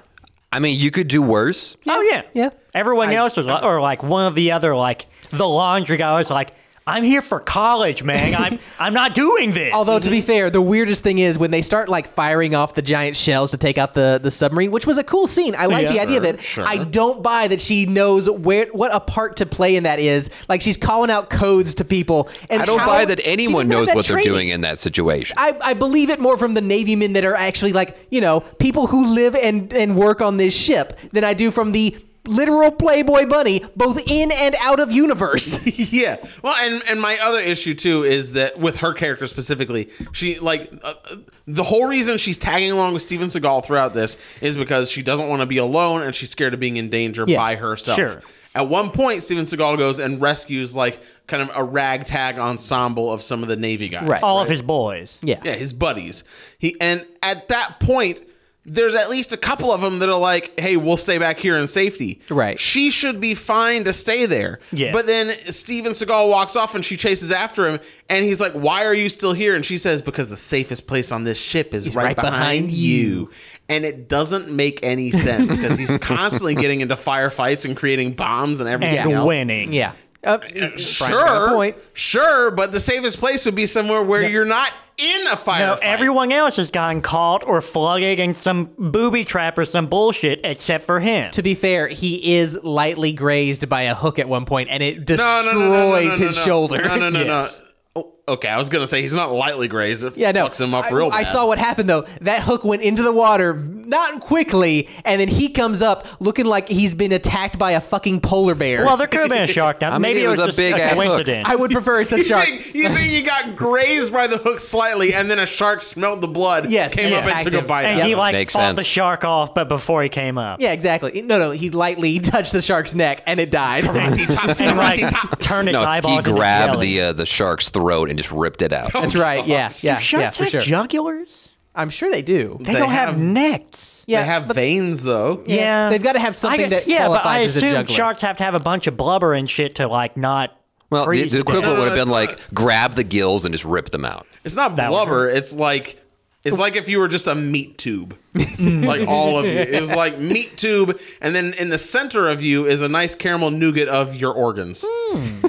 S3: mean, you could do worse.
S4: Oh yeah,
S2: Yeah.
S4: Everyone else was, like, or like one of the other, like the laundry guy was like, "I'm here for college, man. I'm I'm not doing this."
S2: Although to be
S3: Mm-hmm.
S2: fair, the weirdest thing is when they start like firing off the giant shells to take out the, the submarine, which was a cool scene. I like the idea of it. I don't buy that she knows where what a part to play in that is. Like she's calling out codes to people. And
S3: I don't
S2: how-
S3: buy that
S2: she
S3: anyone
S2: doesn't have
S3: knows
S2: that
S3: what
S2: training.
S3: they're doing in that situation.
S2: I, I believe it more from the Navy men that are actually like you know people who live and and work on this ship than I do from the literal Playboy bunny, both in and out of universe.
S1: Yeah. Well, and and my other issue too is that with her character specifically, she like uh, uh, the whole reason she's tagging along with Steven Seagal throughout this is because she doesn't want to be alone and she's scared of being in danger
S2: Yeah.
S1: by herself.
S4: Sure.
S1: At one point, Steven Seagal goes and rescues like kind of a ragtag ensemble of some of the Navy guys.
S2: Right.
S4: all of his boys.
S1: Yeah, his buddies. He and at that point, there's at least a couple of them that are like, "Hey, we'll stay back here in safety."
S2: Right.
S1: She should be fine to stay there.
S4: Yes.
S1: But then Steven Seagal walks off and she chases after him, and he's like, "Why are you still here?" And she says, "Because the safest place on this ship is right,
S2: right
S1: behind,
S2: behind
S1: you." And it doesn't make any sense because he's constantly getting into firefights and creating bombs and everything
S4: and
S1: else.
S4: winning.
S2: Yeah. Uh, Brian's got
S1: Sure,
S2: a point.
S1: sure, but the safest place would be somewhere where you're not in a firefight.
S4: No, everyone else has gotten caught or flogged in some booby trap or some bullshit, except for him.
S2: to be fair, he is lightly grazed by a hook at one point, and it
S1: no,
S2: destroys
S1: no, no, no, no, no,
S2: his
S1: no.
S2: shoulder.
S1: No, no, no,
S4: Yes.
S1: no. Oh, okay, I was gonna say he's not lightly grazed. It
S2: Yeah, no.
S1: fucks him up
S2: I,
S1: real bad.
S2: I saw what happened though. That hook went into the water not quickly, and then he comes up looking like he's been attacked by a fucking polar bear.
S4: well, there could have been a shark down.
S3: I mean,
S4: Maybe
S3: it was a
S4: just
S3: big
S4: a
S3: ass hook.
S4: coincidence.
S2: I would prefer it's a
S1: You
S2: shark.
S1: think, you think he got grazed by the hook slightly, and then a shark smelled the blood,
S2: Yes,
S1: came
S2: and
S1: up and
S2: attacked
S1: took a
S2: him.
S1: bite.
S4: and
S1: out
S4: he
S1: of it.
S4: like
S3: Makes
S4: fought
S3: sense.
S4: the shark off, but before he came up.
S2: Yeah, exactly. No, no, he lightly touched the shark's neck and it died.
S1: Karate chops,
S4: And like
S1: karate chops.
S4: turned its
S3: No, he
S4: eyeballs.
S3: grabbed
S4: into
S3: the
S4: jelly.
S3: uh, the shark's throat and just ripped it out.
S2: That's right. Yeah, yeah, yeah,
S4: Sharks
S2: for sure.
S4: have jugulars.
S2: I'm sure they do.
S4: They, don't have,
S1: have-
S4: necks.
S1: They
S2: yeah,
S1: have
S2: but-
S1: veins though.
S2: yeah, they've got to have
S4: I
S2: something
S4: guess-
S2: that
S4: yeah, but I
S2: qualifies as a
S4: assume
S2: juggler.
S4: sharks have to have a bunch of blubber and shit to like not.
S3: Well, the,
S4: freeze
S3: the
S4: to death.
S3: equivalent would have
S1: No,
S3: been
S1: no,
S3: like
S1: it's
S3: grab the gills and just rip them out.
S1: It's not
S4: would
S1: blubber. It's like it's like if you were just a meat tube, like all of you. It was like meat tube, and then in the center of you is a nice caramel nougat of your organs.
S2: Hmm.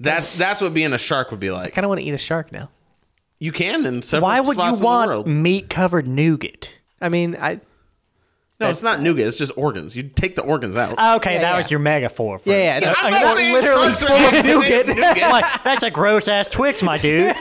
S1: that's that's what being a shark would be like.
S2: kind of want to eat a shark now.
S1: You can in several
S4: Why would
S1: spots
S4: you
S1: in the
S4: want
S1: world.
S4: meat covered nougat?
S2: I mean, I
S1: No, it's not nougat. It's just organs. You take the organs out.
S4: Oh, Okay,
S2: Yeah,
S4: that
S2: yeah.
S4: was your metaphor. For
S2: Yeah, yeah. no,
S1: I'm
S2: like,
S1: not
S2: or
S1: saying
S2: literally
S1: sharks are
S2: full of
S1: nougat.
S2: nougat.
S4: Like, that's a gross ass Twix, my dude.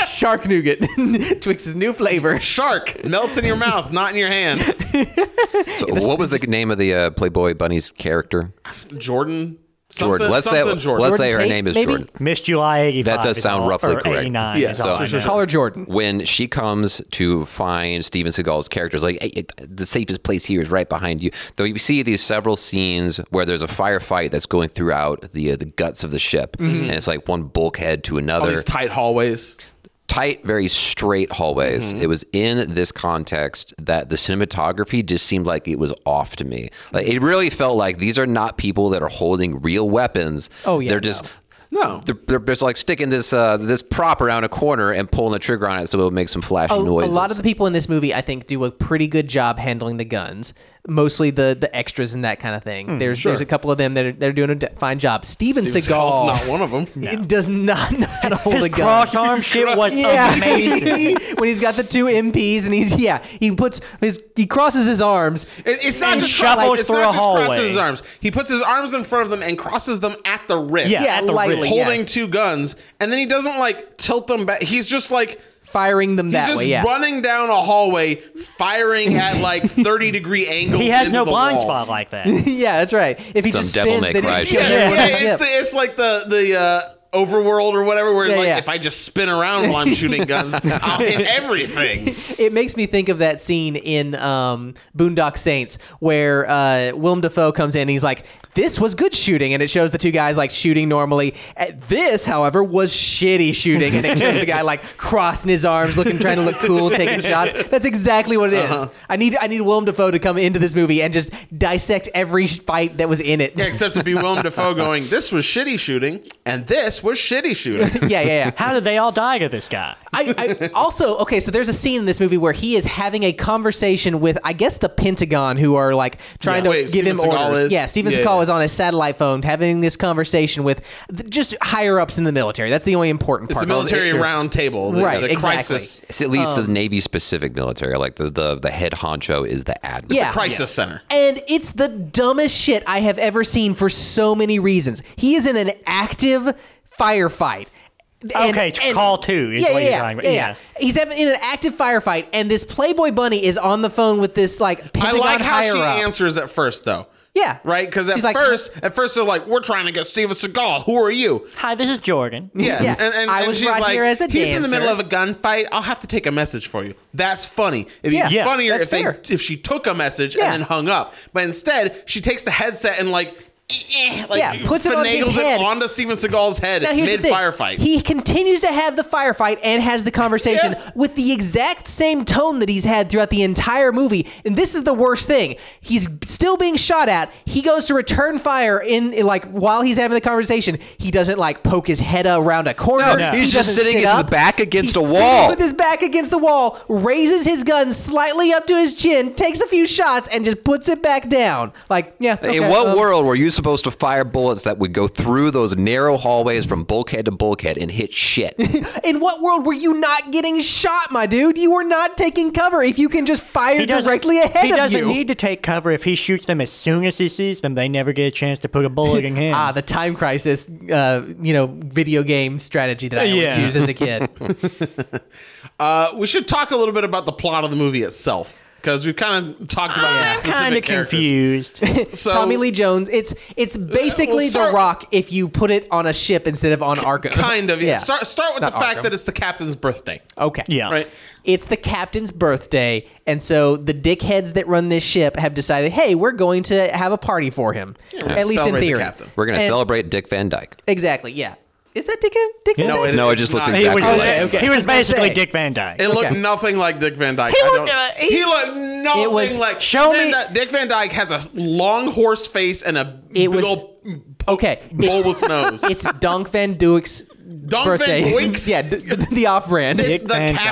S2: Shark nougat. Twix's new flavor.
S1: Shark melts in your mouth, not in your hand.
S3: So what was the name of the uh, Playboy Bunny's character?
S1: Jordan. Something,
S3: Jordan. Let's say
S1: something Jordan.
S3: let's say her
S2: Jordan
S3: name is
S2: Tate, maybe?
S3: Jordan.
S4: Miss July 85.
S3: That does
S4: is
S3: sound
S4: all-
S3: roughly
S4: or
S3: correct.
S4: 89
S1: Yeah,
S4: is
S1: so
S4: all I
S1: it's just-
S4: know.
S2: Call her Jordan.
S3: when she comes to find Steven Seagal's characters, like "Hey, it- the safest place here is right behind you. Though you see these several scenes where there's a firefight that's going throughout the uh, the guts of the ship, and it's like one bulkhead to
S1: Mm-hmm. All
S3: another,
S1: these tight hallways.
S3: tight, very straight hallways.
S2: Mm-hmm.
S3: It was in this context that the cinematography just seemed like it was off to me. Like it really felt like these are not people that are holding real weapons.
S2: Oh, yeah,
S3: they're just.
S1: No.
S3: They're, they're just like sticking this uh, this prop around a corner and pulling the trigger on it so it'll make some flashing
S2: a, a
S3: noises.
S2: lot of the people in this movie, I think, do a pretty good job handling the guns. Mostly the the extras and that kind of thing. there's there's a couple of them that are they're doing a d- fine job. Steven
S1: Steven
S2: Seagal
S1: Seagal's not one of them.
S2: it does not know how to hold
S4: His
S2: a gun.
S4: cross arm shit was amazing.
S2: when he's got the two MPs and he's yeah, he puts his he crosses his arms.
S1: It- it's not
S4: And
S1: just
S4: shuffles
S1: crosses, it's
S4: through
S1: not
S4: a
S1: just crosses
S4: hallway.
S1: his arms. He puts his arms in front of them and crosses them at the wrist.
S4: Yeah,
S2: Yeah,
S4: at the
S2: lightly,
S4: wrist.
S1: holding
S2: yeah.
S1: two guns, and then he doesn't like tilt them back. He's just like
S2: Firing them
S1: he's
S2: that
S1: just
S2: way, yeah.
S1: running down a hallway, firing at like thirty degree angles.
S4: He has
S1: into
S4: no
S1: the
S4: blind
S1: walls.
S4: spot like that.
S2: yeah, that's right. If he
S3: Some
S2: just
S3: devil
S2: spins,
S3: may
S2: then he
S3: cry
S2: just
S3: shit.
S2: kills
S1: Yeah,
S2: everyone
S1: yeah,
S2: on the ship.
S1: it's, the, it's like the the uh, overworld or whatever. Where
S2: Yeah,
S1: like
S2: yeah.
S1: if I just spin around while I'm shooting guns, I'll hit everything.
S2: it makes me think of that scene in um, Boondock Saints where uh, Willem Dafoe comes in and he's like, "This was good shooting," and it shows the two guys like shooting normally. Uh, This, however, was shitty shooting, and it shows the guy like crossing his arms, looking, trying to look cool, taking shots. That's exactly what it is. I need I need Willem Dafoe to come into this movie and just dissect every fight that was in it.
S1: Yeah, except to be Willem Dafoe going, "This was shitty shooting, and this was shitty shooting."
S2: yeah, yeah, yeah.
S4: How did they all die to this guy?
S2: I, I also okay. So there's a scene in this movie where he is having a conversation with, I guess, the Pentagon, who are like trying
S1: Yeah.
S2: to
S1: Wait,
S2: give
S1: Steven
S2: him
S1: Seagal
S2: orders.
S1: is-
S2: yeah, Steven
S1: yeah,
S2: Seagal
S1: yeah.
S2: is on his satellite phone having this conversation with th- just higher ups in the military. That's the only important
S1: It's the
S2: part.
S1: military round table, the,
S2: Right,
S1: The
S2: exactly.
S1: crisis,
S3: It's at least
S2: Um,
S3: the Navy specific military. Like the, the, the head honcho is the admiral.
S2: Yeah.
S1: crisis center.
S2: And it's the dumbest shit I have ever seen for so many reasons. He is in an active firefight.
S4: Okay, call two is what you're talking about. Yeah.
S2: He's having in an active firefight, and this Playboy Bunny is on the phone with this like
S1: I
S2: Pentagon
S1: like how
S2: higher
S1: she
S2: up.
S1: answers at first, though.
S2: Yeah.
S1: Right? Because at
S2: She's like,
S1: first, at first they're like, "We're trying to get Steven Seagal. Who are you?"
S4: Hi, this is Jordan.
S1: Yeah.
S2: Yeah.
S1: And, and,
S2: I
S1: and
S2: was
S1: she's
S2: brought
S1: like,
S2: here as a
S1: He's in the
S2: dancer."
S1: middle of a gunfight. I'll have to take a message for you. That's funny. It'd be
S2: Yeah. Yeah,
S1: funnier
S2: that's
S1: if they
S2: fair.
S1: if she took a message
S2: Yeah.
S1: and then hung up. But instead, she takes the headset and like. eh, Like,
S2: Yeah, puts it on his
S1: finagles
S2: head.
S1: it onto Steven Seagal's head
S2: Now here's
S1: mid
S2: the thing.
S1: firefight.
S2: He continues to have the firefight and has the conversation
S1: Yeah.
S2: with the exact same tone that he's had throughout the entire movie. And this is the worst thing. He's still being shot at. He goes to return fire in like while he's having the conversation. He doesn't like poke his head around a corner.
S3: No,
S2: He
S3: he's just
S2: doesn't
S3: sitting
S2: sit
S3: his
S2: up.
S3: back against
S2: He's
S3: a
S2: sitting
S3: wall.
S2: With his back against the wall, raises his gun slightly up to his chin, takes a few shots, and just puts it back down. Like, yeah. okay,
S3: In what
S2: um,
S3: world were you supposed to fire bullets that would go through those narrow hallways from bulkhead to bulkhead and hit shit?
S2: In what world were you not getting shot, my dude? You were not taking cover if you can just fire
S4: He doesn't-
S2: directly ahead
S4: he
S2: of
S4: doesn't
S2: you.
S4: need to take cover if he shoots them as soon as he sees them. They never get a chance to put a bullet in him.
S2: ah, the time crisis, uh, you know, video game strategy that I always
S4: Yeah.
S2: used as a kid.
S1: uh, we should talk a little bit about the plot of the movie itself because we've kind of talked about the
S4: I'm
S1: specific
S4: kind of
S1: characters.
S4: confused.
S1: So,
S2: Tommy Lee Jones. It's
S4: uh,
S2: it's basically
S1: start-
S2: The Rock if you put it on a ship instead of on Argo.
S1: kind of yeah. Start, start with
S2: Not
S1: the fact
S2: Arkham.
S1: that it's the captain's birthday,
S2: okay.
S4: yeah.
S1: right?
S2: It's the captain's birthday, and so the dickheads that run this ship have decided, hey, we're going to have a party for him. At least in
S1: Celebrate the
S2: theory.
S1: captain.
S3: We're going to
S2: And-
S3: celebrate Dick Van Dyke.
S2: Exactly. Yeah. Is that Dick? Dick Van
S4: No,
S2: Dyke?
S1: it-
S3: No, it
S1: it's
S3: just looked
S1: not-
S4: He was,
S3: exactly like
S2: okay,
S3: him.
S2: okay.
S4: he
S2: I
S4: was
S2: was gonna
S4: basically
S2: say.
S4: Dick Van Dyke.
S1: It looked
S2: Okay.
S1: nothing like Dick Van Dyke.
S9: He
S1: I
S9: looked,
S1: don't-
S9: uh, he-
S1: he, looked nothing
S2: It was-
S1: like
S4: Show
S1: Van
S4: me-
S1: Dyke- Dick Van Dyke has a long horse face and a
S2: It
S1: big
S2: was-
S1: old
S2: Okay, it's-
S1: bulbous nose. It's
S2: It's Donk Van Duyk's
S1: Donk Van
S2: birthday.
S1: Duyk's?
S2: yeah, d- d- the off-brand.
S1: Dick
S2: It's
S1: the
S4: Dick Van Dyke.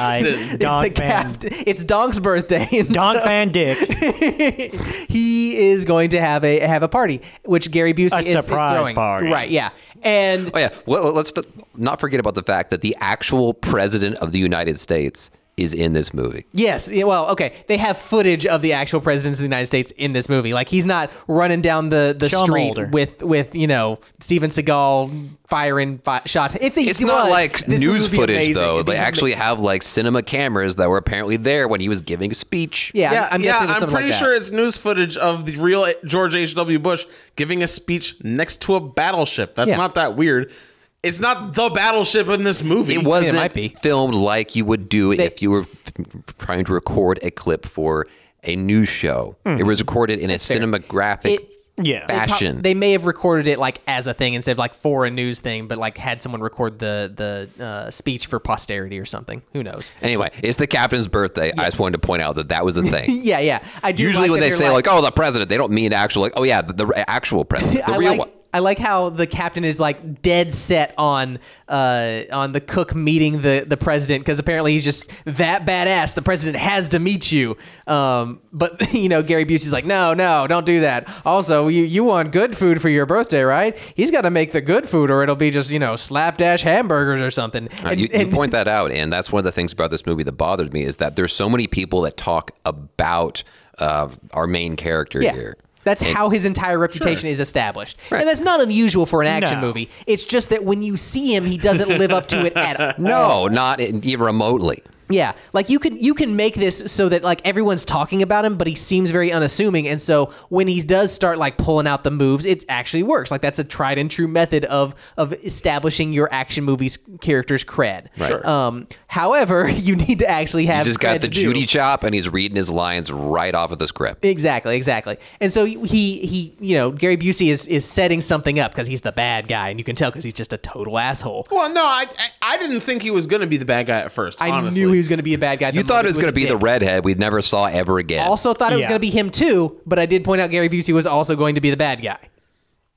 S1: captain.
S4: Don
S2: the
S4: Van.
S2: captain. It's Donk's birthday. and
S4: Don
S2: so
S4: Van Dick.
S2: he is going to have a have a party, which Gary Busey
S4: A
S2: is, is
S4: surprise
S2: throwing.
S4: party.
S2: Right? Yeah, and
S3: Oh, yeah. Well, let's not forget about the fact that the actual president of the United States is in this movie.
S2: Yes. Yeah, well, okay. They have footage of the actual presidents of the United States in this movie. Like he's not running down the, the
S4: Show 'em
S2: street
S4: older.
S2: with with you know Steven Seagal firing fi- shots. If he
S3: It's
S2: was,
S3: not like
S2: this movie
S3: news
S2: would be
S3: footage
S2: amazing.
S3: though.
S2: It'd be
S3: They
S2: ama-
S3: actually have like cinema cameras that were apparently there when he was giving a speech.
S2: Yeah, I'm, I'm guessing it was something like
S1: pretty
S2: that.
S1: sure it's news footage of the real George H.W. Bush giving a speech next to a battleship. That's
S2: Yeah.
S1: not that weird. It's not the battleship in this movie.
S3: It wasn't
S2: might be.
S3: filmed like you would do if you were f- trying to record a clip for a news show. It was recorded in a cinematographic
S2: Hmm. It-
S4: Yeah. They prob-
S3: fashion.
S2: They may have recorded it like as a thing instead of like for a news thing, but like had someone record the the uh, speech for posterity or something. Who knows?
S3: Anyway, it's the captain's birthday. I just wanted to point out that that was the thing.
S2: Yeah, yeah. I do.
S3: Usually,
S2: like
S3: when
S2: that
S3: they
S2: they're
S3: say like, "Oh, the president," they don't mean actual like, "Oh yeah, the, the re- actual president, the
S2: I
S3: real
S2: like,
S3: one."
S2: I like how the captain is like dead set on uh, on the cook meeting the the president because apparently he's just that badass. The president has to meet you. Um, but you know Gary Busey's like, no, no, don't do that. Also, you you want good food for your birthday, right? He's got to make the good food, or it'll be just you know slapdash hamburgers or something.
S3: Uh,
S2: And-
S3: you, you
S2: and-
S3: point that out, and that's one of the things about this movie that bothered me is that there's so many people that talk about uh, our main character here.
S2: That's how his entire reputation is established. And that's not unusual for an action
S4: No.
S2: movie. It's just that when you see him, he doesn't live up to it at all.
S3: No, not in, even remotely.
S2: Yeah, like you can you can make this so that like everyone's talking about him, but he seems very unassuming, and so when he does start like pulling out the moves, it actually works. Like that's a tried and true method of of establishing your action movies character's cred. Right. Um, however, you need to actually have
S3: He's just
S2: cred
S3: got the
S2: to do.
S3: Judy chop, and he's reading his lines right off of the script.
S2: Exactly, exactly. And so he he you know Gary Busey is is setting something up because he's the bad guy, and you can tell because he's just a total asshole.
S1: Well, no, I, I I didn't think he was going to be the bad guy at first.
S2: I
S1: honestly.
S2: knew he was going to be a bad guy.
S3: You thought it was going to be
S2: the
S3: the redhead we never saw ever again.
S2: also thought it was
S4: Yeah.
S2: going to be him too, but I did point out Gary Busey was also going to be the bad guy.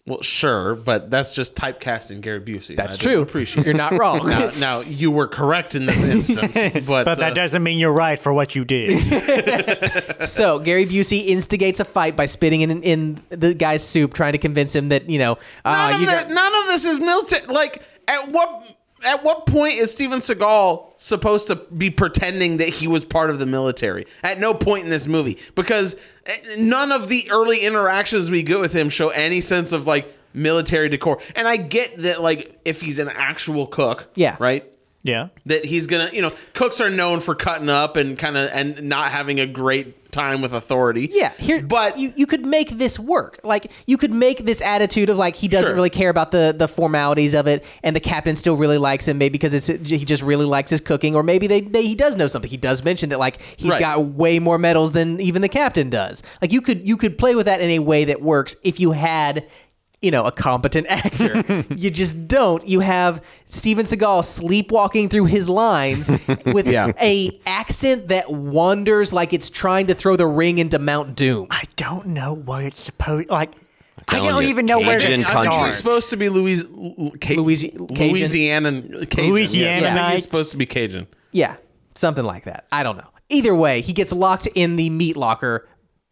S1: Well, sure, but that's just typecasting Gary Busey.
S2: That's
S1: I didn't
S2: true.
S1: Appreciate
S2: You're
S1: it.
S2: not wrong.
S1: Oh, Now, now you were correct in this instance, but,
S4: But that
S1: uh,
S4: doesn't mean you're right for what you did.
S2: so Gary Busey instigates a fight by spitting in in the guy's soup, trying to convince him that you know,
S1: none,
S2: uh,
S1: of
S2: you
S1: that-
S2: got-
S1: none of this is military. Like at what at what point is Steven Seagal supposed to be pretending that he was part of the military? At no point in this movie, because eh, none of the early interactions we get with him show any sense of like military decor. And I get that like if he's an actual cook,
S2: Yeah.
S1: right.
S4: yeah.
S1: that he's gonna you know cooks are known for cutting up and kind of and not having a great time with authority
S2: Yeah, here,
S1: but
S2: but you, you could make this work. Like you could make this attitude of like he doesn't
S1: Sure.
S2: really care about the the formalities of it, and the captain still really likes him, maybe because it's he just really likes his cooking, or maybe they, they he does know something. He does mention that like he's
S1: Right.
S2: got way more medals than even the captain does. Like you could you could play with that in a way that works if you had. You know, a competent actor. you just don't. You have Steven Seagal sleepwalking through his lines with a accent that wanders like it's trying to throw the ring into Mount Doom.
S4: I don't know what it's supposed like. I
S3: telling
S4: don't
S3: you,
S4: even know where to
S3: Cajun
S4: start.
S3: country.
S1: he's supposed to be Louis, L- Ca-
S2: Louisi- Cajun?
S1: Louisiana Cajun.
S4: Louisianite.
S1: Yeah, I think he's supposed to be Cajun.
S2: Yeah, something like that. I don't know. Either way, he gets locked in the meat locker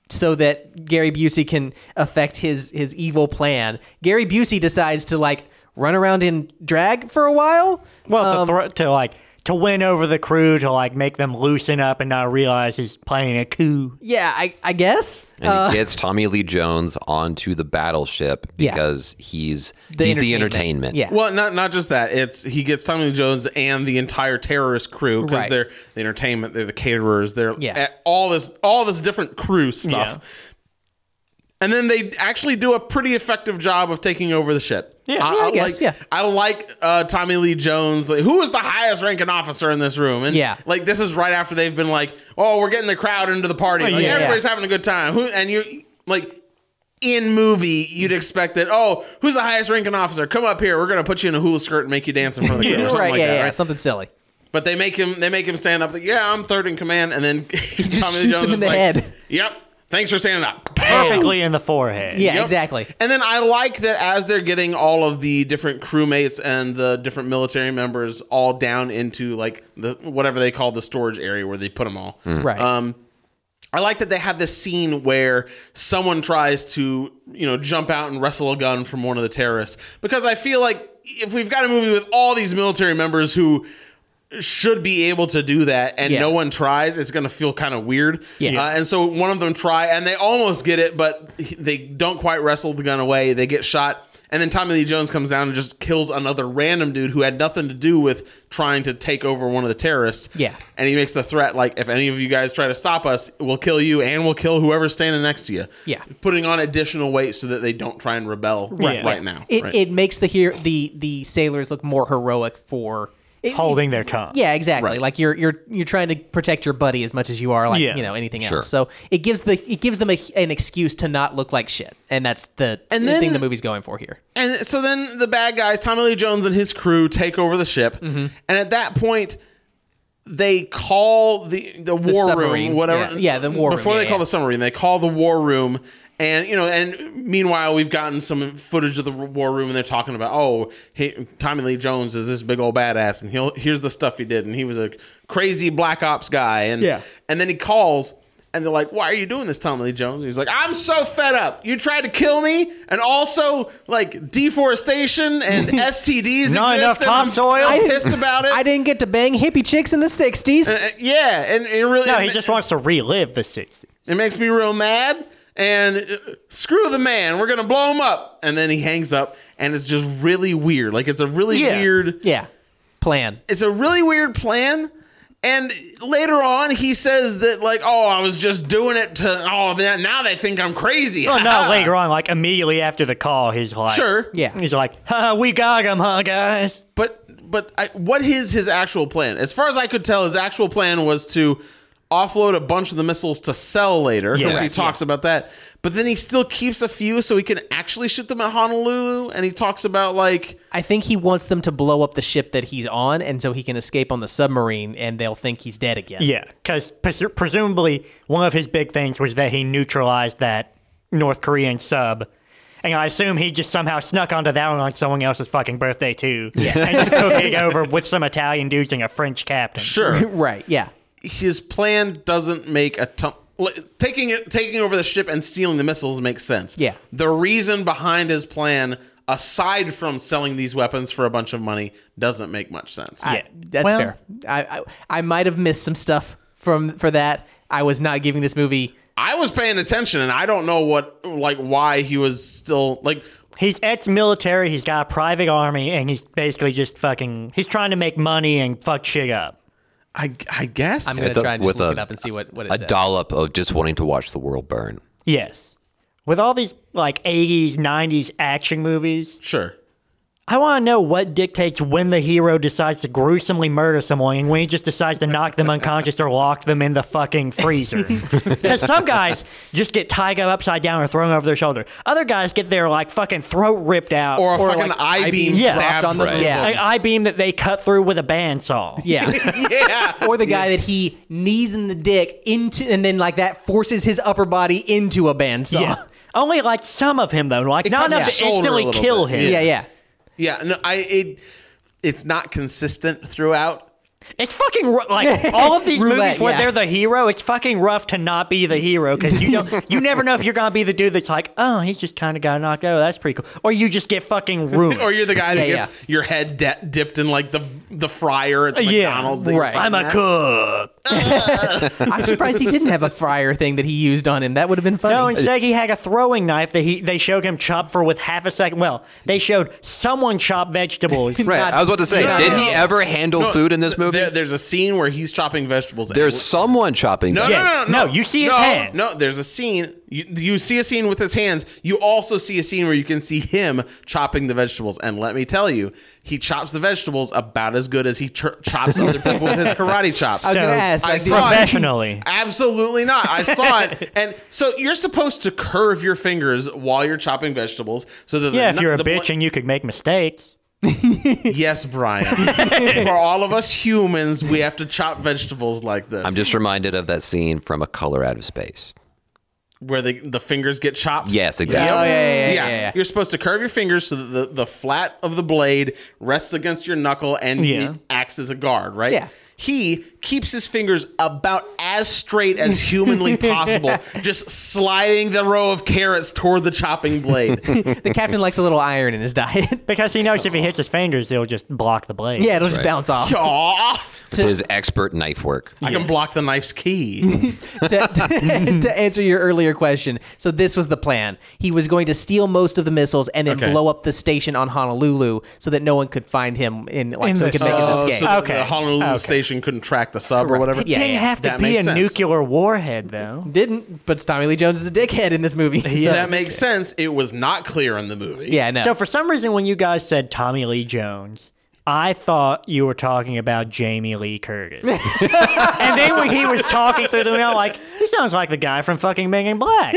S2: so that Gary Busey can affect his his evil plan. Gary Busey decides to like run around in drag for a while.
S4: Well, to, thro- to like to win over the crew, to like make them loosen up and not realize he's playing a coup.
S2: Yeah, I I guess.
S3: and he gets Tommy Lee Jones onto the battleship
S2: Yeah.
S3: because he's he's the entertainment.
S2: Yeah.
S1: Well, not not just that. It's he gets Tommy Lee Jones and the entire terrorist crew because
S2: Right.
S1: they're the entertainment, they're the caterers, they're
S2: Yeah.
S1: eh, all this all this different crew stuff. And then they actually do a pretty effective job of taking over the ship.
S4: Yeah.
S2: Yeah, I guess,
S1: like,
S2: yeah.
S1: I like uh, Tommy Lee Jones. Like, who is the highest ranking officer in this room? And
S2: Yeah.
S1: like this is right after they've been like, oh, we're getting the crowd into the party. Like,
S4: yeah.
S1: everybody's having a good time. Who and you like in movie, you'd expect that. Oh, who's the highest ranking officer? Come up here. We're gonna put you in a hula skirt and make you dance in front of the crowd or something
S2: right,
S1: like
S2: yeah,
S1: that.
S2: yeah,
S1: right?
S2: something silly.
S1: But they make him. They make him stand up. Like, yeah, I'm third in command. And then he
S2: just shoots him in the head.
S1: Yep. Thanks for standing up.
S4: Perfectly in the forehead.
S2: Yeah,
S1: Yep.
S2: exactly.
S1: And then I like that as they're getting all of the different crewmates and the different military members all down into like the whatever they call the storage area where they put them all.
S2: Right.
S1: Um, I like that they have this scene where someone tries to, you know, jump out and wrestle a gun from one of the terrorists because I feel like if we've got a movie with all these military members who should be able to do that, and
S2: Yeah.
S1: no one tries, it's going to feel kind of weird.
S2: Yeah.
S1: Uh, and so one of them try, and they almost get it, but he- they don't quite wrestle the gun away. They get shot, and then Tommy Lee Jones comes down and just kills another random dude who had nothing to do with trying to take over one of the terrorists.
S2: Yeah.
S1: And he makes the threat like, if any of you guys try to stop us, we'll kill you, and we'll kill whoever's standing next to you.
S2: Yeah.
S1: Putting on additional weight so that they don't try and rebel right, now.
S2: It,
S1: right.
S2: it makes the here the the sailors look more heroic for it-
S4: holding their tongue.
S2: Yeah, exactly.
S1: Right.
S2: Like you're you're you're trying to protect your buddy as much as you are like
S4: Yeah.
S2: you know anything
S3: Sure.
S2: else. So it gives the it gives them a, an excuse to not look like shit, and that's the
S1: And
S2: the
S1: then-
S2: thing the movie's going for here.
S1: And so then the bad guys, Tommy Lee Jones and his crew, take over the ship.
S2: Mm-hmm.
S1: And at that point, they call the the war room,
S2: submarine,
S1: whatever.
S2: yeah. Yeah, the war room,
S1: Before they
S2: yeah,
S1: call
S2: yeah.
S1: the submarine, they call the war room. And you know, and meanwhile, we've gotten some footage of the war room, and they're talking about, oh, he, Tommy Lee Jones is this big old badass, and he'll here's the stuff he did, and he was a crazy black ops guy, and
S4: Yeah.
S1: and then he calls and they're like, Why are you doing this, Tommy Lee Jones? And he's like, I'm so fed up. You tried to kill me and also like deforestation and STDs.
S4: Not enough
S1: exist, and I'm-
S4: topsoil?
S1: I'm
S4: I
S1: pissed about it.
S2: I didn't get to bang hippie chicks in the '60s.
S1: Uh, yeah, and it really
S4: No, he
S1: it,
S4: just wants to relive the 60s.
S1: it makes me real mad. And uh, screw the man, we're gonna blow him up. And then he hangs up, and it's just really weird. Like it's a really
S4: Yeah.
S1: weird
S2: yeah, plan.
S1: it's a really weird plan. And later on, he says that like, oh, I was just doing it to. Oh, then- now they think I'm crazy.
S4: Well, Oh, no, later on, like immediately after the call, he's like,
S1: Sure.
S2: Yeah.
S4: He's like, ha, we got him, huh, guys?
S1: But but I, what is his actual plan? As far as I could tell, his actual plan was to offload a bunch of the missiles to sell later.
S4: Yeah.
S1: because he
S4: Correct,
S1: talks about that. But then he still keeps a few so he can actually shoot them at Honolulu. And he talks about like,
S2: I think he wants them to blow up the ship that he's on, and so he can escape on the submarine, and they'll think he's dead again.
S4: Yeah, because pres- presumably one of his big things was that he neutralized that North Korean sub. And I assume he just somehow snuck onto that one on someone else's fucking birthday, too. Yeah. And just took it over with some Italian dudes and a French captain.
S1: sure,
S2: Right. Yeah.
S1: his plan doesn't make a ton. li- Taking it, taking over the ship and stealing the missiles makes sense.
S2: Yeah.
S1: The reason behind his plan, aside from selling these weapons for a bunch of money, doesn't make much sense.
S2: I-
S4: Yeah.
S2: that's
S4: Well-
S2: fair. I, I I might have missed some stuff from for that. I was not giving this movie.
S1: I was paying attention, and I don't know what, like, why he was still like.
S4: He's ex-military. He's got a private army, and he's basically just fucking. He's trying to make money and fuck shit up.
S1: I, I guess.
S2: I'm gonna
S3: With a-
S2: try and just
S3: with
S2: look
S3: a-
S2: it up and see what what it
S3: A
S2: says.
S3: dollop of just wanting to watch the world burn.
S4: Yes, with all these like '80s, '90s action movies,
S1: sure.
S4: I want to know what dictates when the hero decides to gruesomely murder someone and when he just decides to knock them unconscious or lock them in the fucking freezer. Because some guys just get tied up upside down or thrown over their shoulder. Other guys get their like fucking throat ripped out
S1: Or a fucking I beam
S4: Yeah.
S1: stabbed
S2: on the
S1: through
S2: yeah.
S4: an I beam that they cut through with a bandsaw.
S2: Yeah.
S1: yeah.
S2: or the guy that he knees in the dick into, and then like that forces his upper body into a bandsaw.
S4: Yeah. Only like some of him though, like not
S1: cuts
S4: enough
S1: his
S4: to
S1: shoulder a
S4: instantly
S1: little
S4: kill
S1: bit.
S4: him.
S2: yeah, yeah.
S1: Yeah. No, I. It, it's not consistent throughout.
S4: It's fucking ru- like all of these
S2: Roulette,
S4: movies where
S2: yeah.
S4: they're the hero. It's fucking rough to not be the hero because you don't, you never know if you're gonna be the dude that's like, oh, he just kind of got knocked out. That's pretty cool, or you just get fucking ruined.
S1: Or you're the guy that
S2: Yeah,
S1: gets
S2: yeah.
S1: your head de- dipped in like the the fryer at the
S4: Yeah.
S1: McDonald's. that you're
S2: Right.
S4: I'm a cook.
S2: I'm surprised he didn't have a fryer thing that he used on him. That would have been funny.
S4: No, instead he had a throwing knife that he they showed him chop for with half a second. Well, they showed someone chop vegetables.
S3: Right. I was about to say,
S1: No,
S3: did
S1: no,
S3: he
S1: no.
S3: ever handle food in this movie?
S1: There, there's a scene where he's chopping vegetables. and-
S3: There's someone chopping.
S1: no,
S3: them.
S1: no, no,
S4: Yeah,
S1: no,
S4: no, you see his
S1: no,
S4: hands.
S1: No, there's a scene. You, you see a scene with his hands. You also see a scene where you can see him chopping the vegetables. And let me tell you, he chops the vegetables about as good as he ch- chops other people with his karate chops.
S2: I was gonna ask.
S1: I
S2: Like,
S1: saw it.
S4: Professionally.
S1: Absolutely not. I saw it. And so you're supposed to curve your fingers while you're chopping vegetables so that
S4: Yeah,
S1: the,
S4: if you're a
S1: the bl-
S4: bitch and you could make mistakes.
S1: Yes, Brian. For all of us humans, we have to chop vegetables like this.
S3: I'm just reminded of that scene from A Color Out of Space.
S1: where the, the fingers get chopped.
S3: Yes, exactly.
S2: Oh, yeah, yeah,
S1: yeah,
S2: yeah, yeah, yeah.
S1: You're supposed to curve your fingers so that the, the flat of the blade rests against your knuckle and
S4: Yeah.
S1: it acts as a guard, right?
S2: Yeah.
S1: He keeps his fingers about as straight as humanly possible, just sliding the row of carrots toward the chopping blade.
S2: the captain likes a little iron in his diet.
S4: Because he knows if he hits his fingers, he'll just block the blade.
S2: yeah, it'll just
S3: right.
S2: bounce off.
S1: Aw,
S3: with his expert knife work.
S1: I can block the knife's key.
S2: to, to- to answer your earlier question, so this was the plan. He was going to steal most of the missiles and then
S1: Okay.
S2: blow up the station on Honolulu so that no one could find him in like
S4: In
S2: so he
S4: the
S2: could make
S4: sub.
S2: his
S1: Oh,
S2: escape.
S1: so that
S4: Okay.
S1: the Honolulu
S4: Okay.
S1: station couldn't track the sub or whatever.
S4: It didn't have to
S1: that
S4: be
S1: makes
S4: a
S1: sense.
S4: nuclear warhead, though.
S2: Didn't, but Tommy Lee Jones is a dickhead in this movie. so-
S1: That makes sense. It was not clear in the movie.
S2: yeah, no.
S4: So for some reason, when you guys said Tommy Lee Jones, I thought you were talking about Jamie Lee Curtis. and then when he was talking through the mail, like he sounds like the guy from fucking Men in Black.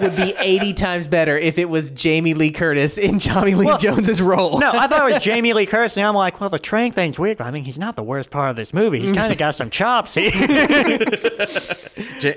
S2: would be 80 times better if it was Jamie Lee Curtis in Tommy Lee Jones's role.
S4: No, I thought it was Jamie Lee Curtis, and I'm like, well, the train thing's weird, but I mean, he's not the worst part of this movie. He's kind of got some chops. here.
S1: J-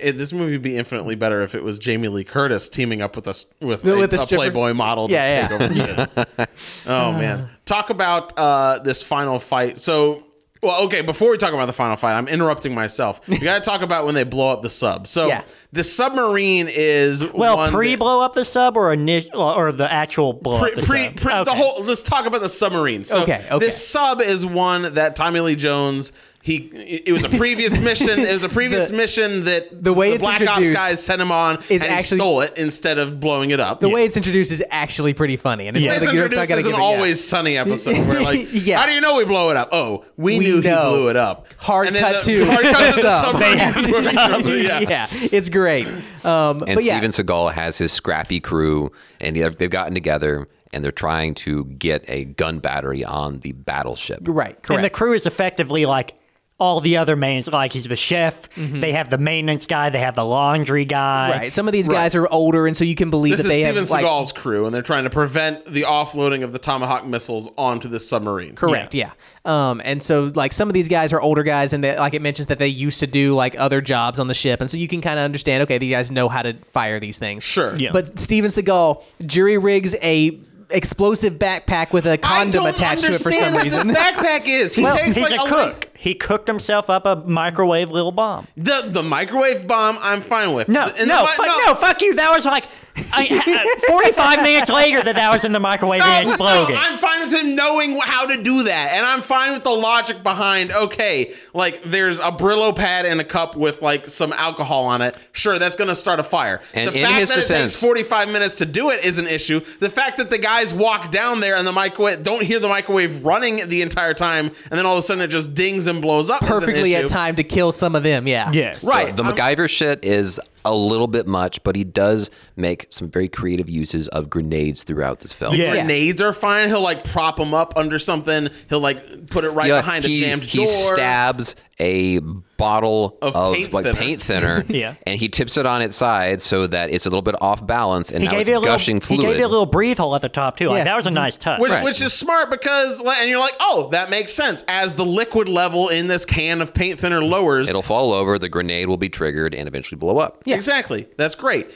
S1: it- this movie would be infinitely better if it was Jamie Lee Curtis teaming up with us with,
S2: No,
S1: a,
S2: with the
S1: a
S2: stripper.
S1: Playboy model to
S2: Yeah,
S1: take over the shit. Oh man, talk about uh, this final fight. So. Well, okay. Before we talk about the final fight, I'm interrupting myself. We got to talk about when they blow up the sub. So
S2: Yeah.
S1: the submarine is
S4: well,
S1: one
S4: pre
S1: that-
S4: blow up the sub or initial or the actual blow
S1: pre,
S4: up the
S1: pre,
S4: sub?
S1: pre- the
S4: Okay.
S1: whole let's talk about the submarine so
S2: Okay, okay.
S1: this sub is one that tommy lee jones he it was a previous mission it was a previous
S2: The-
S1: mission that
S2: the way
S1: the
S2: it's
S1: black ops
S2: introduced
S1: guys sent him on
S2: is
S1: and he
S2: actually-
S1: stole it instead of blowing it up
S2: The way it's introduced is actually pretty funny. And it's
S4: Yeah.
S1: it's
S2: one of the groups I
S1: introduced
S2: gotta
S1: as an
S2: give it, yeah.
S1: always sunny episode where like
S2: Yeah.
S1: how do you know we blow it up oh we,
S2: We
S1: knew
S2: know.
S1: he blew it up
S2: Hard
S1: And then
S2: cut
S1: the-
S2: to
S1: hard cut to the
S2: sub.
S1: submarine blowing up. yeah.
S2: yeah, it's great. Um,
S3: And
S2: but yeah,
S3: Steven Seagal has his scrappy crew, and they've they've gotten together, and they're trying to get a gun battery on the battleship.
S2: right, correct.
S4: And the crew is effectively like all the other mains. Like he's the chef.
S1: Mm-hmm.
S4: They have the maintenance guy. They have the laundry guy.
S2: Right. Some of these guys are older, and so you can believe
S1: This
S2: that
S1: is
S2: they
S1: Steven
S2: have like
S1: Seagal's crew, and they're trying to prevent the offloading of the Tomahawk missiles onto the submarine.
S2: correct. Yeah. Um. And so like some of these guys are older guys, and they, like it mentions that they used to do like other jobs on the ship, and so you can kind of understand. Okay, these guys know how to fire these things.
S1: Sure. Yeah.
S2: But Steven Seagal jury rigs a explosive backpack with a condom attached to it for some reason.
S1: What this backpack is he
S4: Well,
S1: takes
S4: he's
S1: like
S4: a cook. He cooked himself up a microwave little bomb.
S1: the the microwave bomb. I'm fine with
S4: No,
S1: The- and
S4: no,
S1: the mi-
S4: fuck, no, fuck you. That was like I, I- 45 minutes later that that was in the microwave and
S1: No,
S4: exploded.
S1: no, I'm fine with him knowing wh- how to do that, and I'm fine with the logic behind. Okay, like there's a Brillo pad in a cup with like some alcohol on it. Sure, that's gonna start a fire.
S3: And
S1: the
S3: in
S1: fact
S3: his
S1: that it
S3: defense-
S1: takes 45 minutes to do it is an issue. The fact that the guys walk down there and the microwave don't hear the microwave running the entire time, and then all of a sudden it just dings and blows up. is an
S2: Perfectly
S1: issue.
S2: at time to kill some of them. Yeah.
S4: yes.
S3: So
S1: Right.
S3: the
S1: I'm-
S3: MacGyver shit is a little bit much, but he does make some very creative uses of grenades throughout this film.
S4: Yeah.
S1: grenades are fine. He'll like prop him up under something. He'll like put it right
S3: Yeah,
S1: behind
S3: he,
S1: a jammed
S3: he
S1: door.
S3: stabs a bottle
S1: Of
S3: of,
S1: paint
S3: like
S1: thinner.
S3: paint thinner,
S4: Yeah.
S3: and he tips it on its side so that it's a little bit off balance, and
S4: He
S3: now
S4: gave,
S3: it's
S4: it a little,
S3: gushing
S4: he
S3: fluid.
S4: gave it a little breathe hole at the top, too. Like,
S2: Yeah.
S4: that was a nice touch.
S1: Which,
S3: Right.
S1: which is smart because, like, and you're like, oh, that makes sense. As the liquid level in this can of paint thinner lowers,
S3: It'll fall over. The grenade will be triggered and eventually blow up.
S1: exactly. That's great.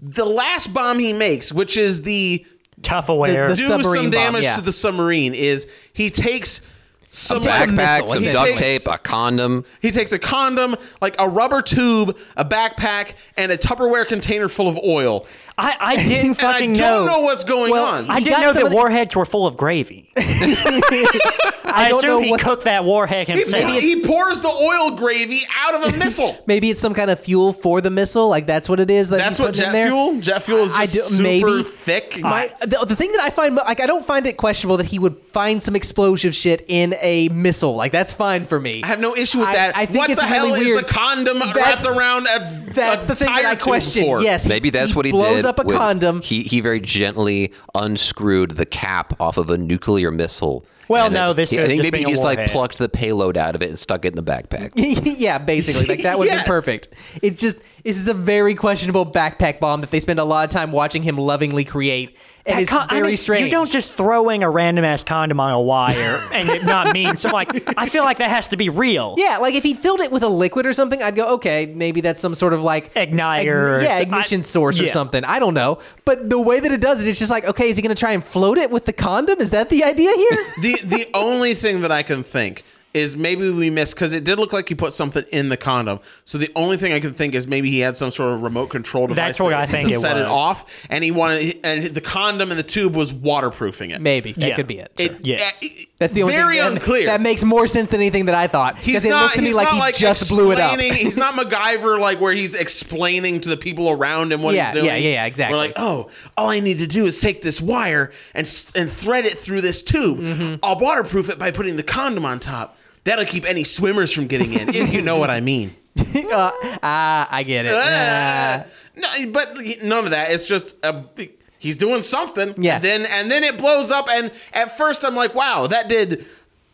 S1: The last bomb he makes, which is the
S4: Tough aware.
S2: The-
S1: do
S2: submarine
S1: some
S2: bomb,
S1: damage
S2: yeah.
S1: to the submarine, is he takes some
S2: Attack
S1: like,
S2: missile,
S3: Backpack, some
S2: isn't
S1: it?
S3: duct
S1: He
S3: tape,
S1: takes-
S3: a condom.
S1: He takes a condom, like a rubber tube, a backpack, and a Tupperware container full of oil.
S4: I, I
S1: And
S4: didn't
S1: I
S4: fucking
S1: don't know. what's going
S2: Well,
S1: on.
S4: I
S2: He
S4: didn't
S2: got
S4: know
S2: some
S4: that
S2: of the-
S4: warheads were full of gravy. I,
S2: I don't know
S4: assume he
S2: what.
S4: cooked that warhead
S1: He-
S4: himself.
S1: he, he pours the oil gravy out of a missile.
S2: Maybe it's some kind of fuel for the missile. Like that's what it is. That
S1: That's
S2: he's
S1: what
S2: putting in
S1: jet
S2: there.
S1: fuel. Jet fuel is just
S2: I do-
S1: super
S2: maybe.
S1: thick.
S2: My, the, the thing that I find like I don't find it questionable that he would find some explosive shit in a missile. Like that's fine for me.
S1: I have no issue with that.
S2: I, think
S1: what
S2: it's
S1: the hell
S2: highly
S1: is
S2: weird.
S1: the condom
S2: That's-
S1: wrapped around a
S2: That's
S1: a
S2: the thing that
S1: tire
S2: I
S1: tube
S2: question.
S1: for?
S2: Yes,
S3: Maybe that's what he
S2: blows
S3: did.
S2: up a
S3: with-
S2: condom.
S3: He he very gently unscrewed the cap off of a nuclear missile.
S4: Well,
S3: And
S4: no,
S3: it-
S4: this
S3: he- I
S4: could
S3: think
S4: just
S3: maybe
S4: be
S3: he
S4: a
S3: just like
S4: warhead.
S3: plucked the payload out of it and stuck it in the backpack.
S2: yeah, basically, like that would have
S1: Yes.
S2: been perfect. It just this is a very questionable backpack bomb that they spend a lot of time watching him lovingly create, and
S4: That
S2: it's
S4: con- I
S2: very
S4: mean,
S2: strange.
S4: You don't just throwing a random ass condom on a wire and it not mean so. Like, I feel like that has to be real.
S2: Yeah, like if he filled it with a liquid or something, I'd go, okay, maybe that's some sort of like
S4: Igniter or
S2: yeah,
S4: so-
S2: ignition
S4: I-
S2: source or
S4: yeah.
S2: something. I don't know. But the way that it does it, it's just like, okay, is he going to try and float it with the condom? Is that the idea here?
S1: The the only thing that I can think is maybe we missed because it did look like he put something in the condom. So the only thing I can think is maybe he had some sort of remote control device
S4: That's what
S1: to,
S4: I think
S1: to
S4: it
S1: set it
S4: was.
S1: off, and he wanted and the condom and the tube was waterproofing it.
S2: Maybe that
S4: Yeah.
S2: could be it.
S1: It,
S2: Sure.
S4: Yes.
S1: uh, it-
S2: That's the only
S1: very
S2: thing that-
S1: unclear.
S2: That makes more sense than anything that I thought because
S1: He's
S2: it
S1: not,
S2: looked to me
S1: he's
S2: like
S1: not
S2: he just blew it up.
S1: explaining- he's not MacGyver, like where he's explaining to the people around him what
S2: Yeah,
S1: he's doing.
S2: yeah, yeah, yeah, exactly.
S1: We're like, oh, all I need to do is take this wire and s- and thread it through this tube.
S2: Mm-hmm.
S1: I'll waterproof it by putting the condom on top. That'll keep any swimmers from getting in, if you know what I mean.
S2: Uh, ah, I
S1: Uh,
S2: get it. Ah.
S1: no, but none of that. It's just a. He's doing something.
S2: Yeah.
S1: And then and then it blows up. And at first I'm like, wow, that did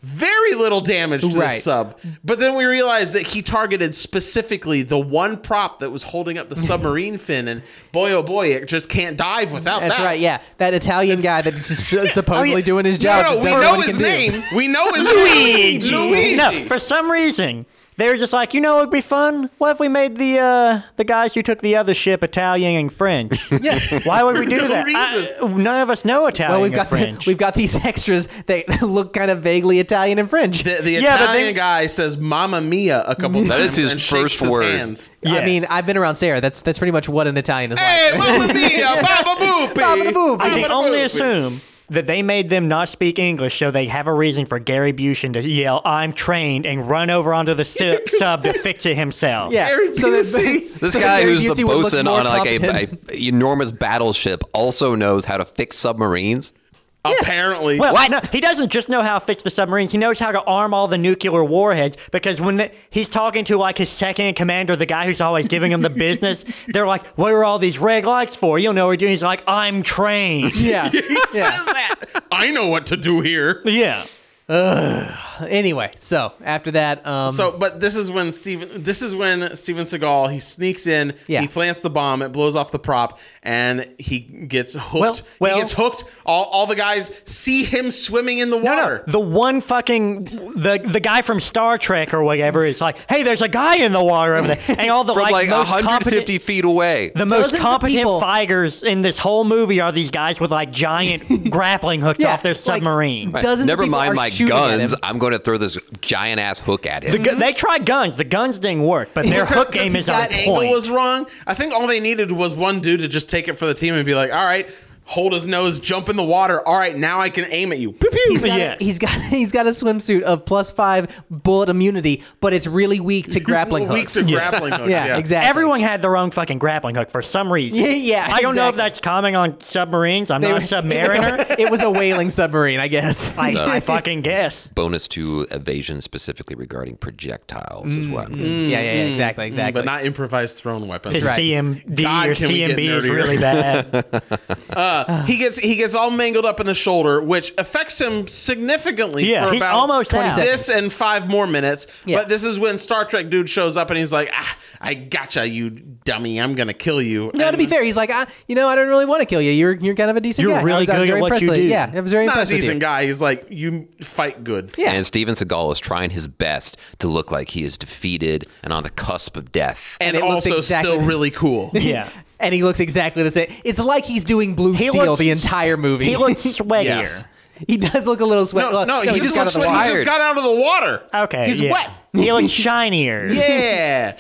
S1: very little damage to the
S2: Right.
S1: sub. But then we realized that he targeted specifically the one prop that was holding up the submarine fin. And boy, oh boy, it just can't dive without
S2: That's
S1: that.
S2: right. Yeah, that Italian guy that's just supposedly
S4: Oh, yeah.
S2: doing his
S1: No,
S2: job.
S1: no,
S2: just
S1: we
S2: does
S1: know
S2: what he
S1: his
S2: can do.
S1: name. We know his name.
S4: Luigi.
S1: Luigi.
S4: No, for some reason they were just like, you know, it'd be fun. What if we made the uh, the guys who took the other ship Italian and French? Why would we do
S1: no
S4: that? I- none of us know Italian
S2: Well, we've
S4: or
S2: got the,
S4: French.
S2: we've got these extras that look kind of vaguely Italian and French.
S1: the, the
S4: Yeah, but
S1: Italian
S4: they-
S1: guy says "Mamma Mia" a couple times.
S3: That is his
S1: and shakes
S3: first word.
S1: hands.
S2: I
S4: Yes.
S2: mean, I've been around Sarah. That's that's pretty much what an Italian is
S1: Hey,
S2: like.
S1: Mamma Mia, Baba Boopy.
S2: Baba Boopy.
S4: I can
S1: Baba
S4: only
S1: Boopy.
S4: assume that they made them not speak English so they have a reason for Gary Busey to yell, I'm trained, and run over onto the si- sub to fix it himself.
S2: yeah.
S1: Gary
S2: that-
S1: Busey.
S3: This
S2: so that
S3: guy
S2: Gary
S3: who's the
S2: Busey would look
S3: bosun
S2: more
S3: on like a,
S2: competent.
S3: a enormous battleship also knows how to fix submarines.
S1: Apparently.
S4: Well, no, he doesn't just know how to fix the submarines. He knows how to arm all the nuclear warheads because when the, he's talking to like his second in command or the guy who's always giving him the business, they're like, "What are all these red lights for? You don't know what we're doing." He's like, "I'm trained."
S2: yeah. yeah.
S1: I know what to do here.
S4: yeah.
S2: Anyway, so after that, um,
S1: So, but this is when Steven this is when Steven Seagal he sneaks in,
S2: Yeah.
S1: he plants the bomb, it blows off the prop, and he gets hooked.
S4: Well- well-
S1: he gets hooked. All, all the guys see him swimming in the
S4: No,
S1: water.
S4: no. The one fucking the the guy from Star Trek or whatever is like, "Hey, there's a guy in the water over there," and all the
S3: From like,
S4: most
S3: 150
S4: competent-
S3: feet away.
S4: The
S2: Dozens
S4: most
S2: of
S4: competent
S2: people.
S4: fighters in this whole movie are these guys with like giant grappling hooks
S2: Yeah,
S4: off their
S2: like-
S4: submarine.
S2: Right. dozens of
S3: Never
S2: people
S3: mind
S2: are
S3: my
S2: shooting at
S3: guns.
S2: him.
S3: I'm going to throw this giant ass hook at him.
S4: The
S2: Mm-hmm.
S4: gu- they tried guns. The guns didn't work, but their hook game is on
S1: that angle
S4: point.
S1: was wrong. I think all they needed was one dude to just take it for the team and be like, "All right, hold his nose, jump in the water. All right, now I can aim at you." Pew, pew.
S2: He's got,
S4: Yes.
S2: a, he's got he's got a swimsuit of plus five bullet immunity, but it's really weak to grappling
S1: Weak
S2: hooks.
S1: to grappling hooks.
S2: yeah,
S1: yeah,
S2: exactly.
S4: Everyone had their own fucking grappling hook for some reason.
S2: Yeah, yeah,
S4: I don't know if
S2: exactly.
S4: that's coming on submarines. I'm
S2: They
S4: not
S2: were-
S4: a
S2: it was a-
S4: submariner.
S2: It was a whaling submarine, I guess.
S4: I, I fucking guess.
S3: Bonus to evasion specifically regarding projectiles is what
S2: Mm.
S3: I'm getting.
S2: yeah, yeah, yeah, exactly, exactly.
S1: But not improvised thrown weapons.
S4: His
S2: Right.
S4: CMD
S1: God,
S4: or
S1: can we get
S4: CMB is
S1: nerdier?
S4: really bad.
S1: He gets he gets all mangled up in the shoulder, which affects him significantly
S4: Yeah,
S1: for
S4: he's
S1: about
S4: almost
S1: 20
S4: out.
S1: this and five more minutes.
S2: Yeah.
S1: But this is when Star Trek dude shows up and he's like, ah, "I gotcha, you dummy! I'm gonna kill you."
S2: no, to be
S1: And
S2: fair, he's like, ah, you know, I don't really want to kill you. You're you're kind of a decent
S4: You're
S2: guy. I
S4: really
S2: was, I was
S4: good at
S2: very
S4: what you
S2: impressed with-
S4: do.
S2: Yeah, I was very
S1: not a
S2: impressed with
S1: decent
S2: you.
S1: guy. He's like, "You fight good."
S2: Yeah.
S3: And Steven Seagal is trying his best to look like he is defeated and on the cusp of death.
S1: And,
S2: it looks
S1: also
S2: exactly-
S1: still really cool.
S4: Yeah.
S2: And he looks exactly the same. It's like he's doing Blue
S4: He
S2: Steel
S4: looks-
S2: the entire movie.
S4: He looks sweatier.
S1: Yes.
S2: He does look a little sweaty.
S1: No, no, he, just
S2: got
S1: looks
S2: out of the
S1: like
S2: water.
S1: he just got out of the water.
S4: Okay.
S1: he's
S4: yeah.
S1: wet.
S4: He looks shinier.
S1: Yeah.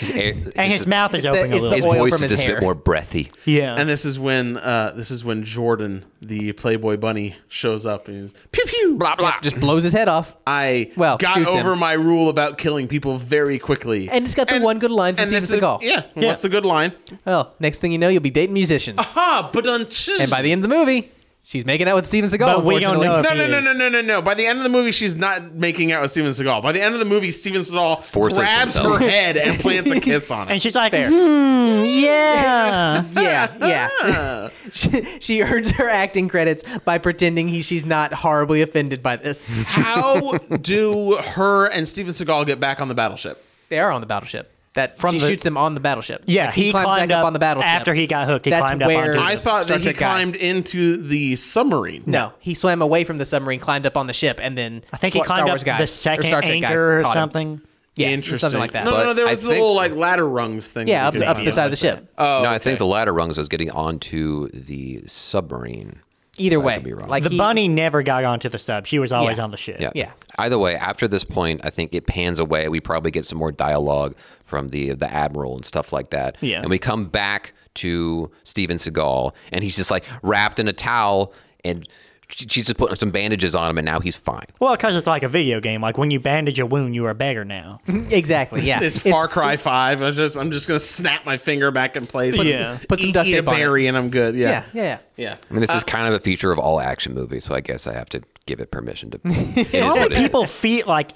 S4: And his mouth is open
S2: it's
S4: a
S2: the
S4: little.
S3: his
S2: oil
S3: voice
S2: from his
S3: is just a
S2: hair.
S3: bit more breathy.
S4: yeah.
S1: And this is when uh, this is when Jordan, the Playboy Bunny, shows up and he's pew pew blah blah.
S2: Just blows his head off.
S1: I
S2: Well,
S1: got
S2: shoots
S1: over
S2: him.
S1: my rule about killing people very quickly.
S2: And it's got the one good line from
S1: and
S2: Steven
S1: this is-
S2: Seagal.
S1: Yeah,
S4: Yeah.
S1: What's the good line?
S2: Oh, next thing you know, you'll be dating musicians.
S1: Ah, but
S2: And by the end of the movie, she's making out with Steven Seagal.
S4: But we don't
S2: unfortunately.
S4: know if
S1: no,
S4: he
S1: no, no,
S4: is.
S1: no, no, no, no. By the end of the movie, she's not making out with Steven Seagal. By the end of the movie, Steven Seagal
S3: Forces
S1: grabs
S3: himself.
S1: her head and plants a kiss on it.
S4: And she's like, hmm, yeah.
S2: yeah, yeah. she, she earns her acting credits by pretending he, she's not horribly offended by this.
S1: How do her and Steven Seagal get back on the battleship?
S2: They are on the battleship. That
S4: From
S2: she
S4: the-
S2: shoots them on the battleship.
S4: Yeah,
S2: Like,
S4: he
S2: climbs
S4: climbed
S2: back up,
S4: up
S2: on the battleship
S4: after he got hooked, he
S2: That's
S4: climbed up
S2: where
S4: onto
S1: I
S4: the
S1: thought
S2: Star
S1: that he
S2: Trek guy-
S1: climbed into the submarine.
S2: No, he swam away from the submarine, climbed up on the ship, and then
S4: I think
S2: Star,
S4: he climbed
S2: Star Wars
S4: up
S2: guy,
S4: the
S2: or
S4: second
S2: Star Trek guy
S4: anchor or
S2: caught him.
S4: something.
S2: Yes,
S1: Interesting.
S2: something like that.
S1: No, no,
S3: But
S1: no. There
S3: I
S1: was the
S3: think-
S1: little like ladder rungs thing.
S2: yeah, up,
S1: you could
S2: up
S1: do.
S2: the side of the ship. Uh,
S3: no, I think the ladder rungs was getting onto the submarine.
S2: Either way,
S3: could be wrong.
S2: like
S4: The
S2: he-
S4: bunny never got onto the sub. She was always
S2: Yeah.
S4: on the ship.
S3: Yeah.
S2: Yeah.
S3: Either way, after this point, I think it pans away. We probably get some more dialogue from the the admiral and stuff like that.
S4: Yeah.
S3: And we come back to Steven Seagal, and he's just like wrapped in a towel, and she- she's just putting some bandages on him, and now he's fine.
S4: Well, because it's like a video game. Like when you bandage a wound, you are better now.
S2: exactly. Yeah,
S1: It's, Far Cry Five. I'm just I'm just gonna snap my finger back in place.
S4: Put
S1: and
S4: some-
S2: put some duct
S1: eat a
S2: tape on it.
S1: berry and I'm good.
S2: Yeah,
S1: Yeah,
S2: yeah, yeah.
S1: yeah.
S3: I mean, this is kind of a feature of all action movies, so I guess I have to give it permission to. it is
S4: All
S3: what
S4: the
S3: it is.
S4: people feel like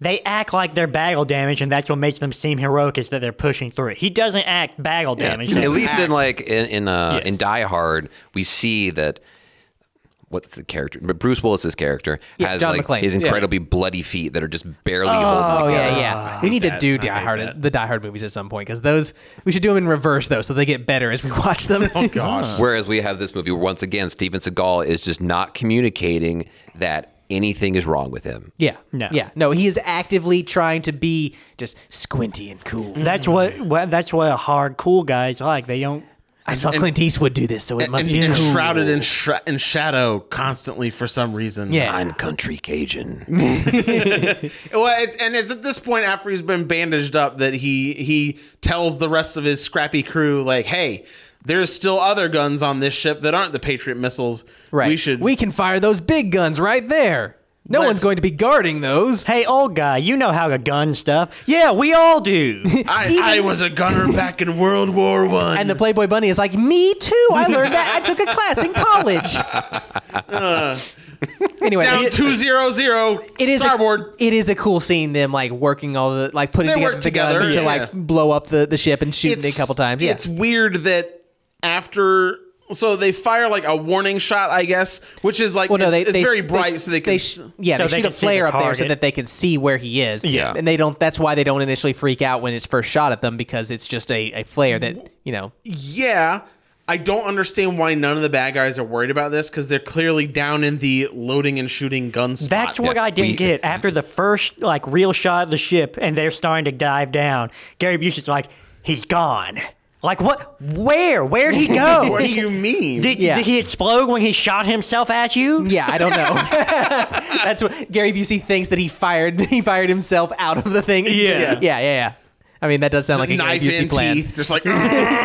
S4: they act like they're battle damage, and that's what makes them seem heroic is that they're pushing through it. He doesn't act battle damage.
S3: At least in like in in, uh,
S4: Yes.
S3: in Die Hard, we see that what's the character? But Bruce Willis's character
S2: Yeah,
S3: has
S2: John
S3: like
S2: McClane.
S3: his
S2: Yeah.
S3: incredibly bloody feet that are just barely holding.
S2: Oh
S3: together.
S2: yeah, yeah. We need to
S1: that.
S2: do
S1: Ah, I
S2: Die
S1: hate
S2: Hard,
S1: that.
S2: the Die Hard movies at some point because those we should do them in reverse though, so they get better as we watch them. Oh gosh,
S3: Whereas we have this movie where once again Steven Seagal is just not communicating that anything is wrong with him.
S2: yeah,
S4: No.
S2: yeah, no. He is actively trying to be just squinty and cool.
S4: That's what, what that's what a hard cool guy's like. They don't.
S2: I saw Clint Eastwood do this, so it must
S1: and,
S2: be
S1: and
S2: cool.
S1: shrouded in, shra- in shadow constantly for some reason.
S2: Yeah,
S3: I'm country Cajun.
S1: Well, it, and it's at this point after he's been bandaged up that he he tells the rest of his scrappy crew like, "Hey, there's still other guns on this ship that aren't the Patriot missiles.
S2: right.
S1: We should
S2: we can fire those big guns right there. No
S1: Let's-
S2: one's going to be guarding those.
S4: Hey, old guy, you know how to gun stuff. Yeah, we all do.
S1: I, I was a gunner back in World War One.
S2: And the Playboy Bunny is like, me too. I learned that. I took a class in college. anyway,
S1: Uh. down
S2: it-
S1: two zero zero
S2: it is
S1: starboard.
S2: A, it is a cool scene them like working all the like putting
S1: They
S2: together
S1: work
S2: the guns
S1: together,
S2: to like
S1: yeah.
S2: blow up the, the ship and shooting it a couple times. Yeah.
S1: It's weird that after. So they fire like a warning shot, I guess, which is like
S2: well, no,
S1: it's,
S2: they,
S1: it's
S2: they-
S1: very
S2: they-
S1: bright, so they can.
S2: They
S1: s-
S2: sh- yeah,
S4: So
S2: they,
S4: they
S2: shoot a
S4: can see the
S2: flare up there so
S4: target.
S2: that they can see where he is.
S4: Yeah.
S2: and they don't. That's why they don't initially freak out when it's first shot at them because it's just a, a flare that you know.
S1: Yeah. I don't understand why none of the bad guys are worried about this because they're clearly down in the loading and shooting gun spot.
S4: That's what I
S3: Uh,
S4: didn't
S3: we-
S4: get after the first like real shot of the ship, and they're starting to dive down. Gary Busey's like, he's gone. Like what? Where? Where'd he go?
S1: What do
S4: He-
S1: you mean?
S4: Did,
S2: Yeah.
S4: did he explode when he shot himself at you?
S2: Yeah, I don't know. that's what Gary Busey thinks that he fired. He fired himself out of the thing.
S4: Yeah.
S2: yeah, yeah. yeah. I mean, that does sound like a
S1: knife
S2: Gary Busey
S1: in
S2: plan.
S1: teeth, just like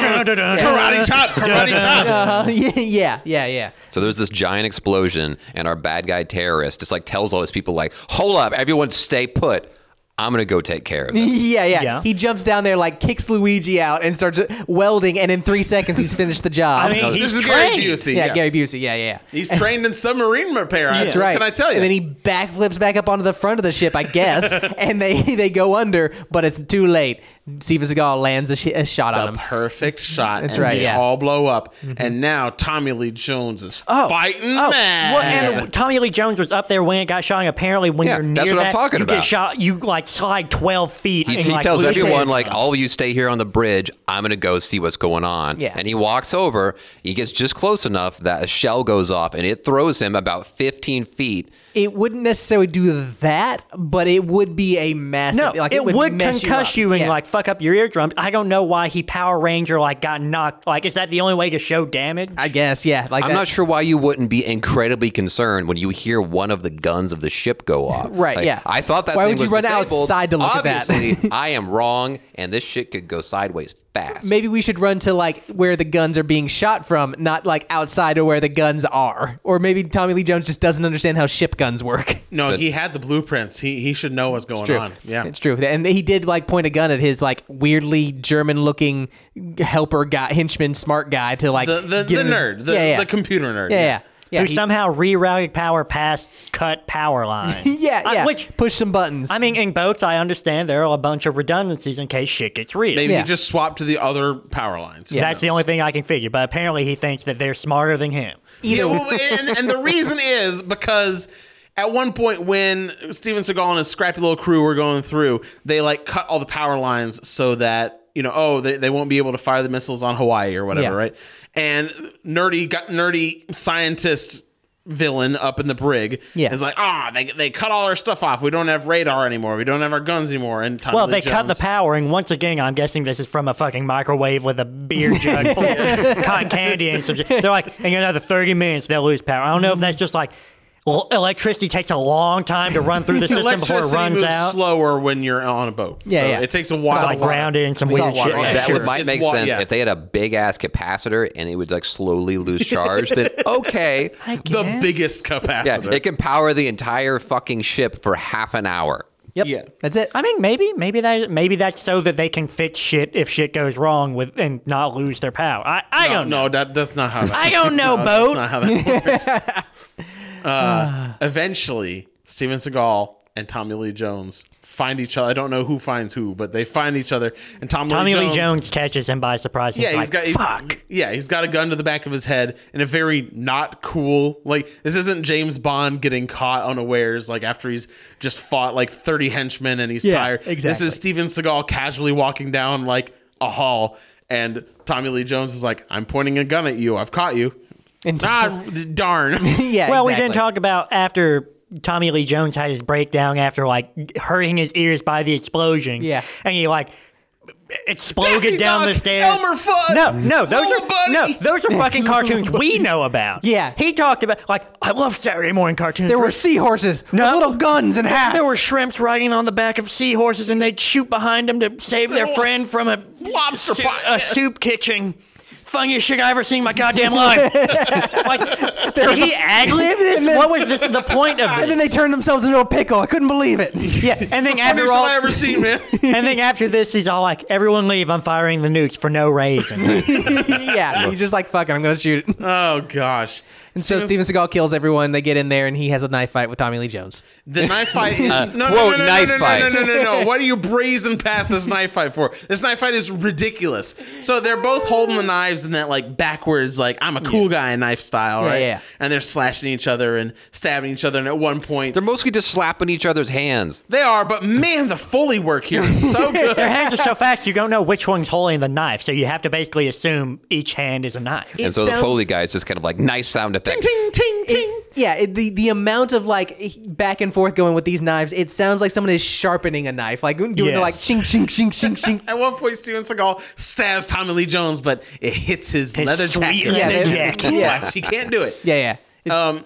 S1: karate chop, karate chop.
S2: Uh-huh. yeah, yeah, yeah.
S3: So there's this giant explosion, and our bad guy terrorist just like tells all his people like, "Hold up, everyone, stay put. I'm gonna go take care of this."
S2: Yeah, yeah,
S4: Yeah.
S2: He jumps down there, like kicks Luigi out, and starts welding. And in three seconds, he's finished the job.
S4: I mean, he's
S1: This is
S4: trained.
S1: Gary Busey.
S2: yeah, Gary Busey. Yeah, yeah. yeah.
S1: He's trained in submarine repair.
S2: That's right.
S1: What can I tell you?
S2: And then he backflips back up onto the front of the ship, I guess, and they they go under, but it's too late. Steven Seagal lands a, sh- a shot
S1: a
S2: on him.
S1: perfect shot.
S2: Mm-hmm. That's
S1: and
S2: right,
S1: They
S2: yeah. Mm-hmm.
S1: all blow up, and now Tommy Lee Jones is
S4: Oh,
S1: fighting
S4: oh,
S1: mad.
S4: Well, and Tommy Lee Jones was up there when it got shot. and Apparently, when
S3: Yeah,
S4: you're near
S3: that's what I'm
S4: that,
S3: talking
S4: you
S3: about.
S4: get shot. You like slide twelve feet.
S3: He,
S4: and,
S3: he
S4: like,
S3: tells
S4: lose
S3: everyone
S4: it.
S3: like, "All of you stay here on the bridge. I'm gonna go see what's going on."
S2: Yeah.
S3: And he walks over. He gets just close enough that a shell goes off, and it throws him about 15 feet.
S2: It wouldn't necessarily do that, but it would be a massive.
S4: No,
S2: like,
S4: it, would,
S2: mess
S4: concuss
S2: up.
S4: you, and
S2: Yeah.
S4: like fuck up your eardrums. I don't know why he Power Ranger like got knocked. Like, is that the only way to show damage?
S2: I guess, yeah. Like
S3: I'm
S2: that-
S3: not sure why you wouldn't be incredibly concerned when you hear one of the guns of the ship go off.
S2: Right,
S3: Like,
S2: yeah.
S3: I thought that.
S2: Why
S3: thing
S2: would you
S3: was
S2: run
S3: disabled.
S2: outside to look at that?
S3: Obviously, I am wrong, and this shit could go sideways fast.
S2: Maybe we should run to like where the guns are being shot from, not like outside of where the guns are. Or maybe Tommy Lee Jones just doesn't understand how ship guns work.
S1: no, he had the blueprints. He he should know what's going on. Yeah.
S2: It's true. And he did like point a gun at his like weirdly German looking helper guy, henchman, smart guy to like
S1: the the, the
S2: get him-
S1: nerd, the,
S2: yeah, yeah.
S1: the computer nerd.
S2: Yeah, yeah. Yeah,
S4: Who
S2: he-
S4: somehow rerouted power past cut power line.
S2: yeah,
S4: I-
S2: yeah.
S4: which
S2: push some buttons.
S4: I mean, in boats, I understand there are a bunch of redundancies in case shit gets real.
S1: Maybe
S2: Yeah.
S1: he just swapped to the other power lines. Who
S4: That's the
S1: knows?
S4: only thing I can figure. But apparently, he thinks that they're smarter than him.
S1: Yeah, well, and, and the reason is because at one point when Steven Seagal and his scrappy little crew were going through, they like cut all the power lines so that you know, oh, they, they won't be able to fire the missiles on Hawaii or whatever,
S2: Yeah.
S1: right? And nerdy got nerdy scientist villain up in the brig
S2: Yeah.
S1: is like, ah, they, they cut all our stuff off. We don't have radar anymore. We don't have our guns anymore. And Tommy
S4: Well,
S1: Lee
S4: they cut the
S1: Jones-
S4: power, and once again, I'm guessing this is from a fucking microwave with a beer jug full of cotton candy and some shit. They're like, in another 30 minutes, they'll lose power. I don't know if that's just like l- electricity takes a long time to run through the system before it
S1: Electricity
S4: runs
S1: moves
S4: out.
S1: slower when you're on a boat.
S2: Yeah,
S1: so
S2: yeah.
S1: It takes a
S4: It's
S1: while.
S4: like grounded in some weird
S2: Saltwater,
S4: shit.
S2: yeah.
S4: Yeah,
S3: That
S1: sure.
S3: would might
S1: It's
S3: make
S1: wa-
S3: sense
S1: yeah.
S3: if they had a big ass capacitor and it would like slowly lose charge. then okay,
S1: The
S4: Yeah.
S1: biggest capacitor.
S3: yeah, it can power the entire fucking ship for half an hour.
S2: Yep.
S1: Yeah.
S2: That's it.
S4: I mean, maybe, maybe that, maybe that's so that they can fix shit if shit goes wrong with and not lose their power. I, I
S1: no,
S4: don't know.
S1: no, that that's not how that.
S4: I don't know,
S1: no,
S4: boat.
S1: That's not how that works. uh, eventually, Steven Seagal and Tommy Lee Jones find each other. I don't know who finds who, but they find each other. And Tommy,
S4: Tommy
S1: Lee, Jones,
S4: catches him by surprise.
S1: Yeah,
S4: like,
S1: he's got he's,
S4: fuck.
S1: Yeah, he's got a gun to the back of his head in a very not cool. Like this isn't James Bond getting caught unawares. Like after he's just fought like thirty henchmen and he's
S4: Yeah,
S1: tired. This
S4: exactly.
S1: is Steven Seagal casually walking down like a hall, and Tommy Lee Jones is like, "I'm pointing a gun at you. I've caught you."
S2: And-
S1: Ah, d- darn.
S2: yeah.
S4: Well, we
S2: exactly.
S4: didn't talk about after Tommy Lee Jones had his breakdown after like hurting his ears by the explosion.
S2: Yeah.
S4: and he like exploded
S1: Daffy
S4: down the
S1: Duck,
S4: stairs.
S1: Elmer Fudd,
S4: No, no, those
S1: Lola
S4: are
S1: Bunny.
S4: no, those are fucking cartoons we know about.
S2: Yeah.
S4: he talked about like I love Saturday morning cartoons.
S2: There
S4: where
S2: were seahorses with little guns and hats.
S4: There were shrimps riding on the back of seahorses, and they'd shoot behind them to save their friend from a
S1: uh, Lobster pot,
S4: a
S1: yeah.
S4: soup kitchen. Funniest shit I ever seen in my goddamn life. like, did he ad lib this?
S2: And then-
S4: what was this? The point of
S2: and then
S4: this?
S2: they turned themselves into a pickle. I couldn't believe it.
S4: Yeah, and then after
S1: Funniest
S4: all,
S1: I ever seen, man.
S4: and then after this, he's all like, "Everyone leave! I'm firing the nukes for no reason."
S2: yeah, he's just like, "Fuck it, I'm gonna shoot it."
S1: oh gosh.
S2: And so Steven Seagal kills everyone. They get in there, and he has a knife fight with Tommy Lee Jones.
S1: The knife fight is no, no,
S3: quote,
S1: no, no,
S3: knife
S1: no, no,
S3: fight.
S1: no, no, no, no, no. What are you brazen past this knife fight for? This knife fight is ridiculous. So they're both holding the knives in that like backwards, like I'm a cool guy knife style,
S2: Yeah,
S1: right?
S2: yeah.
S1: And they're slashing each other and stabbing each other. And at one point,
S3: They're mostly just slapping each other's hands.
S1: they are. But man, the Foley work here is so
S4: Their
S1: good.
S4: hands are so fast, you don't know which one's holding the knife, so you have to basically assume each hand is a knife.
S3: and so the Foley guy is just kind of like nice sound effect.
S1: ting ting ting.
S2: Yeah, it, the the amount of like eh, back and forth going with these knives, it sounds like someone is sharpening a knife, like doing
S4: Yeah.
S2: the like chink chink chink chink chink.
S1: At one point, Steven Seagal stabs Tommy Lee Jones, but it hits his, leather
S4: sweet
S1: jacket.
S4: leather
S2: Yeah, they-
S4: jacket.
S1: Too
S2: yeah.
S1: much. He can't do it.
S2: Yeah, yeah. It-
S1: Um,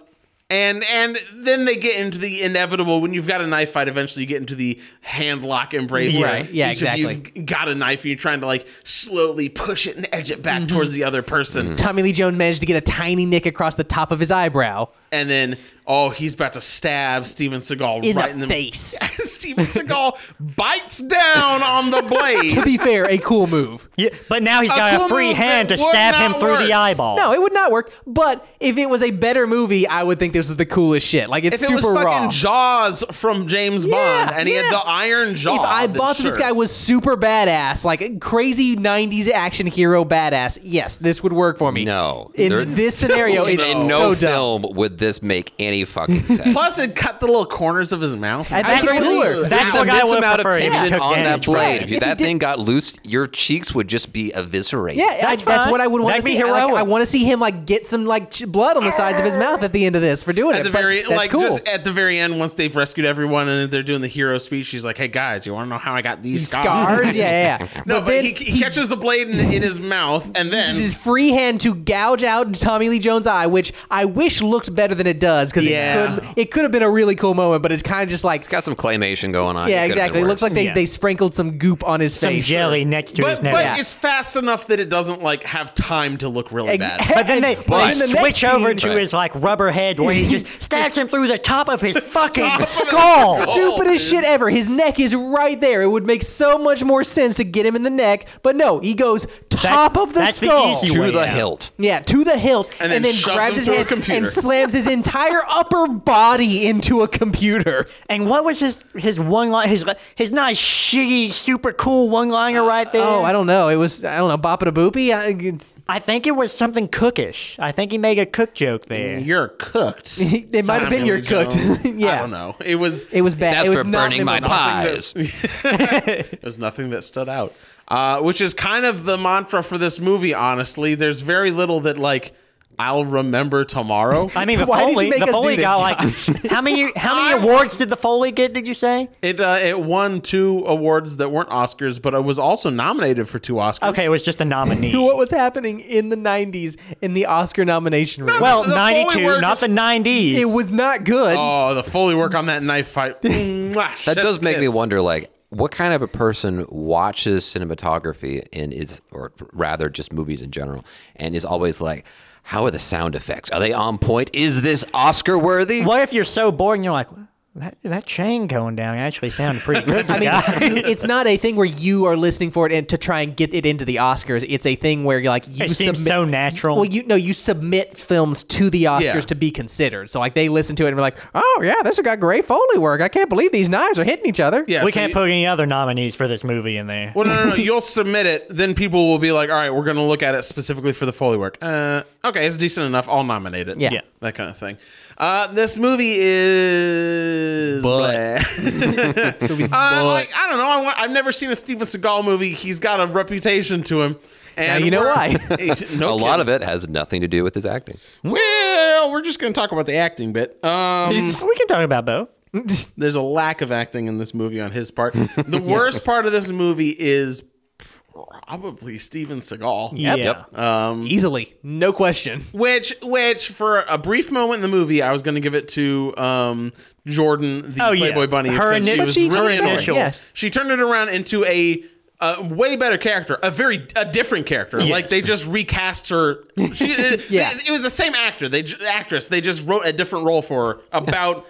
S1: and and then they get into the inevitable. When you've got a knife fight, eventually you get into the handlock embrace. where
S2: Right. Yeah,
S1: each of
S2: exactly.
S1: You've got a knife, and you're trying to like slowly push it and edge it
S2: Mm-hmm.
S1: back towards the other person.
S2: Tommy Lee Jones managed to get a tiny nick across the top of his eyebrow
S1: And then, oh, he's about to stab Steven Seagal
S2: in
S1: right
S2: the,
S1: in the
S2: face.
S1: Steven Seagal bites down on the
S2: to
S1: blade.
S2: be fair, a cool move.
S4: Yeah, but now he's
S1: A
S4: got
S1: cool
S4: a free
S1: move
S4: hand to
S1: that would
S4: stab him
S1: not
S4: through
S1: work.
S4: the eyeball.
S2: No, it would not work. But if it was a better movie, I would think this was the coolest shit. Like it's
S1: If it
S2: super
S1: was fucking
S2: raw.
S1: Jaws from James
S2: Yeah,
S1: Bond, and he had
S2: yeah.
S1: the iron jaw,
S2: If I
S1: then
S2: bought that this
S1: sure.
S2: guy was super badass, like a crazy '90s action hero badass, yes, this would work for me.
S3: No.
S2: in
S3: There-
S2: this scenario, it's
S3: Oh, In
S2: Oh, so
S3: no
S2: dumb.
S3: film would this make any fucking sense.
S1: Plus, it cut the little corners of his mouth.
S2: I think
S4: That's
S2: it
S4: what-
S2: would work.
S4: That's
S3: the
S4: what I
S3: immense
S4: would
S3: amount of
S4: prefer. if he
S3: tension
S4: took
S3: on that
S4: damage from
S3: blade.
S4: it.
S3: If you, that thing got loose, your cheeks would just be eviscerated.
S2: Yeah, that's, I, that's
S4: fine.
S2: what I would want to
S4: That'd be
S2: see. I, like,
S4: heroic.
S2: I want to see him like get some like ch- blood on the sides of his mouth at the end of this for doing
S1: at
S2: it.
S1: the
S2: but
S1: very
S2: that's
S1: like
S2: cool.
S1: just at the very end once they've rescued everyone and they're doing the hero speech she's like hey guys you want to know how i got these
S2: He's
S1: scars,
S2: scarred, yeah, yeah. yeah.
S1: no but,
S2: then
S1: he, he catches the blade in, in his mouth and then
S2: uses his free hand to gouge out Tommy Lee Jones' eye, which I wish looked better than it does because
S1: Yeah.
S2: it could it could have been a really cool moment, but it's kind of just like
S3: It's got some claymation going on.
S2: yeah,
S3: It could've been
S2: exactly. It
S3: worse.
S2: looks like they,
S4: Yeah.
S2: they sprinkled some goop on his
S4: Some
S2: face.
S4: jelly next to
S1: but
S4: his
S1: but
S4: nose.
S1: it's fast enough that it doesn't like have time to look really
S2: Ex-
S1: bad
S4: But then they,
S2: But in
S4: they
S2: the
S4: switch
S2: next
S4: over
S2: scene-
S4: to
S3: Right.
S4: his like rubber head where he just stabs him through the top of his fucking
S1: his
S4: skull.
S1: skull.
S2: Stupidest shit ever. His neck is right there. It would make so much more sense to get him in the neck, but no, he goes top of the
S4: that's the
S2: skull.
S4: easy
S3: to
S4: way
S3: the
S4: out.
S3: hilt.
S2: Yeah, to the hilt,
S1: And
S2: and,
S1: then
S2: then,
S1: shoves
S2: grabs
S1: him
S2: his
S1: through a
S2: head
S1: computer.
S2: and slams his entire upper body into a computer.
S4: And what was his his one line his his nice shitty super cool one liner right there?
S2: Oh, I don't know. It was I don't know, bop it a boopy. I, it's-
S4: I think it was something cookish. I think he made a cook joke there.
S1: you're cooked
S2: It might have been
S1: Tommy
S2: you're
S1: Lee
S2: cooked.
S1: Jones. i
S2: Yeah.
S1: don't know it was
S2: it was bad.
S3: That's
S2: it was
S3: for
S2: not
S3: burning my
S2: memorable.
S3: pies.
S1: it was nothing that stood out uh, which is kind of the mantra for this movie honestly there's very little that like I'll remember tomorrow.
S4: I mean, the
S2: Why did you
S4: Foley,
S2: make
S4: the
S2: us do
S4: Foley
S2: this,
S4: got like how many how many awards did the Foley get? Did you say?
S1: it uh, it won two awards that weren't Oscars, but it was also nominated for two Oscars.
S4: Okay, it was just a nominee.
S2: What was happening in the 90s in the Oscar nomination room?
S4: well,
S1: The Foley
S4: ninety two,
S1: work
S4: not
S1: is-
S4: the nineties.
S2: it was not good.
S1: Oh, the Foley work on that knife fight. that
S3: that does make me wonder like what kind of a person watches cinematography and is or rather just movies in general and is always like how are the sound effects are they on point is this oscar worthy
S4: What if you're so bored and you're like, that that chain going down actually sounded pretty good.
S2: I mean, you- it's not a thing where you are listening for it and to try and get it into the Oscars. It's a thing where you're like you
S4: It
S2: submit
S4: seems so natural.
S2: Well, you know, you submit films to the Oscars
S1: Yeah.
S2: to be considered. So like they listen to it and be like, "Oh yeah, this has got great foley work. I can't believe these knives are hitting each other."
S1: Yeah,
S4: we
S1: so
S4: can't
S1: you-
S4: put any other nominees for this movie in there.
S1: Well, no, no, no. You'll submit it. Then people will be like, all right, we're going to look at it specifically for the Foley work. Uh, okay, it's decent enough. I'll nominate it.
S2: Yeah. Yeah.
S1: That kind of thing. Uh, this movie is.
S2: But.
S1: Bleh. Uh, like, I don't know. I want, I've never seen a Steven Seagal movie. He's got a reputation to him. And
S2: Now you know
S1: we're-
S2: why.
S1: He's- no
S3: a lot
S1: kidding.
S3: of it has nothing to do with his acting
S1: Well, we're just going to talk about the acting bit. Um,
S2: Mm.
S4: we can talk about both.
S1: there's a lack of acting in this movie on his part. The worst part of this movie is probably Steven Seagal.
S4: Yeah.
S2: Easily, no question.
S1: Which, which for a brief moment in the movie, I was going to give it to um, Jordan, the
S4: Oh, yeah.
S1: Playboy Bunny,
S4: Her
S1: because she
S4: ini-
S1: was
S2: She- she was
S1: really
S2: better,
S1: annoying.
S2: yeah.
S1: She turned it around into a. A way better character, a very a different character. Like they just recast her. She, it,
S2: Yeah.
S1: it, was the same actor, they ju- actress. They just wrote a different role for her about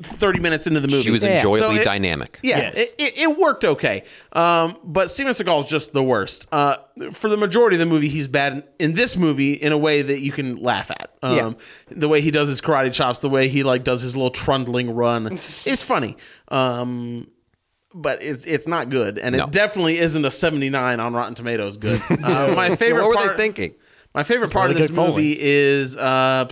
S1: thirty minutes into the movie.
S3: she was
S2: Yeah.
S3: enjoyably
S1: So it-
S3: dynamic
S1: Yeah,
S4: Yes.
S1: it, it, it worked okay. Um, but Steven Seagal's just the worst. Uh, for the majority of the movie, he's bad in, in this movie in a way that you can laugh at. Um,
S2: Yeah.
S1: The way he does his karate chops, the way he like does his little trundling run, it's funny. Um, but it's it's not good, and
S3: No.
S1: it definitely isn't a seventy nine on Rotten Tomatoes. Good. Uh, my
S3: Yeah,
S1: favorite.
S3: what were
S1: part,
S3: they thinking
S1: My favorite part of
S4: really
S1: this
S4: good Foley.
S1: movie is. Uh,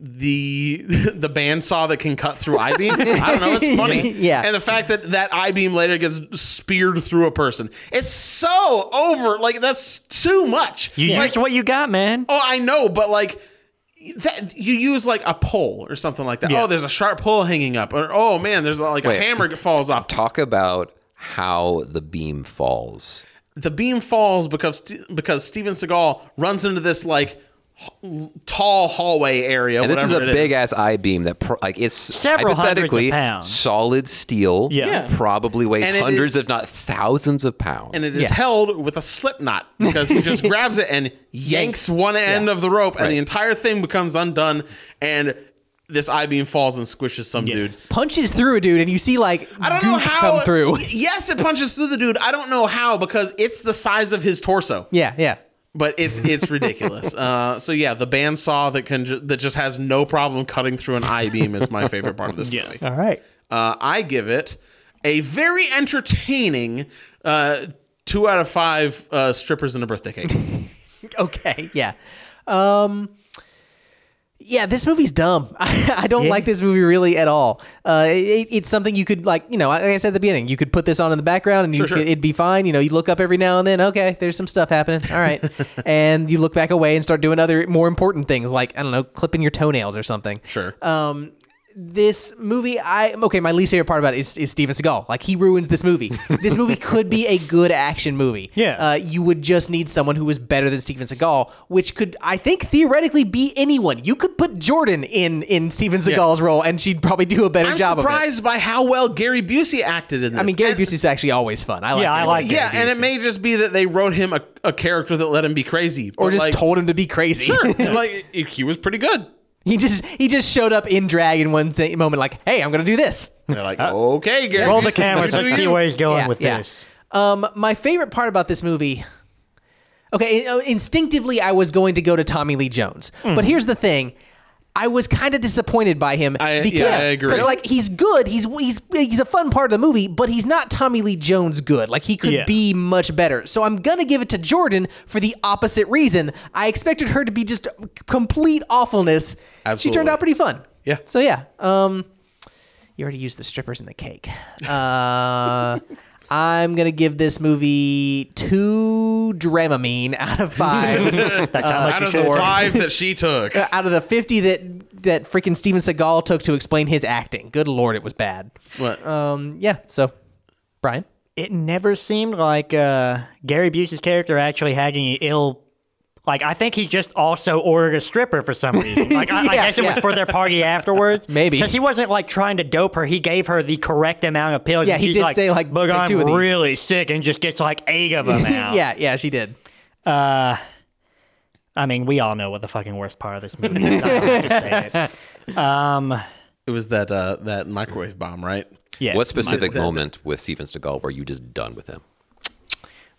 S1: the the bandsaw that can cut through I beams. I don't know. It's funny.
S2: Yeah.
S1: And the fact that that I beam later gets speared through a person. It's so over. Like that's too much.
S4: You
S1: Like,
S4: used what you got, man.
S1: oh, I know, but like. That, you use like a pole or something like that.
S4: Yeah.
S1: Oh, there's a sharp pole hanging up. Or oh man, there's like
S3: Wait.
S1: a hammer that falls off.
S3: talk about how the beam falls
S1: the beam falls because because Steven Seagal runs into this like h- tall hallway area.
S3: and this is a
S1: whatever it
S3: big ass I beam that, pro- like, it's
S4: Several hundreds of
S3: hypothetically
S4: pounds.
S3: solid steel.
S4: Yeah. Yeah.
S3: probably weighs
S1: And it
S3: hundreds,
S1: is-
S3: if not thousands, of pounds.
S1: and it is held with a slip knot because he just grabs it and yanks one end of the rope, and the entire thing becomes undone. And this I beam falls and squishes some dude.
S2: Punches through a dude, and you see like
S1: I don't
S2: goop
S1: know how.
S2: come through.
S1: Y- Yes, it punches through the dude. I don't know how because it's the size of his torso,
S2: Yeah, yeah.
S1: but it's it's ridiculous. uh, so yeah, the bandsaw that can ju- that just has no problem cutting through an I beam is my favorite part of this movie.
S2: All right.
S1: Uh, I give it a very entertaining uh, two out of five uh, strippers and a birthday cake.
S2: okay, yeah. Um yeah, this movie's dumb. I, don't like this movie really at all. Uh, it, it's something you could like, you know, like I said at the beginning, you could put this on in the background and you
S1: sure.
S2: could, it'd be fine. You know, you look up every now and then. Okay, there's some stuff happening. All right, and you look back away and start doing other more important things, like I don't know, clipping your toenails or something.
S1: Sure.
S2: Um, this movie, I okay. My least favorite part about it is, is Steven Seagal. Like he ruins this movie. this movie could be a good action movie.
S4: Yeah.
S2: Uh, you would just need someone who was better than Steven Seagal, which could, I think, theoretically be anyone. You could put Jordan in in Steven Seagal's role, and she'd probably do a better
S1: I'm
S2: job. Of it.
S1: surprised by how well Gary Busey acted in this.
S2: I mean, Gary
S1: And-
S2: Busey's actually always fun. I like.
S4: Yeah, I
S2: Gary
S4: like
S2: Busey.
S4: Gary
S1: Yeah, and
S4: Busey.
S1: it may just be that they wrote him a, a character that let him be crazy,
S2: Or
S1: but,
S2: just
S1: like,
S2: told him to be crazy.
S1: Sure, like he was pretty good.
S2: he just he just showed up in drag in one sa- moment, like, "Hey, I'm gonna do this."
S1: They're like, okay, Gary.
S4: Roll the
S1: Busey,
S4: cameras.
S1: you do
S4: Let's see
S1: you."
S4: where he's going
S2: Yeah,
S4: with
S2: yeah.
S4: this.
S2: Um, my favorite part about this movie. Okay, in- uh, instinctively, I was going to go to Tommy Lee Jones,
S4: Hmm.
S2: but here's the thing. I was kind of disappointed by him
S1: I- yeah,
S2: because
S1: I agree.
S2: 'cause, like he's good, he's he's he's a fun part of the movie, but he's not Tommy Lee Jones good. Like he could
S4: Yeah.
S2: be much better. So I'm gonna give it to Jordan for the opposite reason. I expected her to be just complete awfulness. She turned
S1: Absolutely.
S2: out pretty fun.
S1: Yeah.
S2: So yeah. Um, you already used the strippers and the cake. Uh, I'm gonna give this movie two Dramamine out of five.
S4: That's how much
S1: Uh, Out
S4: you
S1: of the
S4: should-
S1: five that she took.
S2: out of the fifty that that freaking Steven Seagal took to explain his acting. Good lord, it was bad.
S1: What?
S2: Um, yeah. So, Brian.
S4: it never seemed like uh, Gary Busey's character actually had any ill. Like I think he just also ordered a stripper for some reason. Like I, I
S2: Yeah,
S4: guess it was
S2: yeah.
S4: for their party afterwards.
S2: Maybe.
S4: because he wasn't like trying to dope her. He gave her the correct amount of pills.
S2: Yeah,
S4: and
S2: he
S4: she's
S2: did
S4: like,
S2: say, like,
S4: "Look,
S2: take
S4: I'm
S2: two of these."
S4: really sick," and just gets like eight of them out.
S2: Yeah, yeah, she did.
S4: I mean, we all know what the fucking worst part of this movie is. I don't have to say it.
S1: It was that uh, that microwave bomb, right?
S4: Yeah.
S3: What specific
S1: that-
S3: moment with Steven Seagal were you just done with him?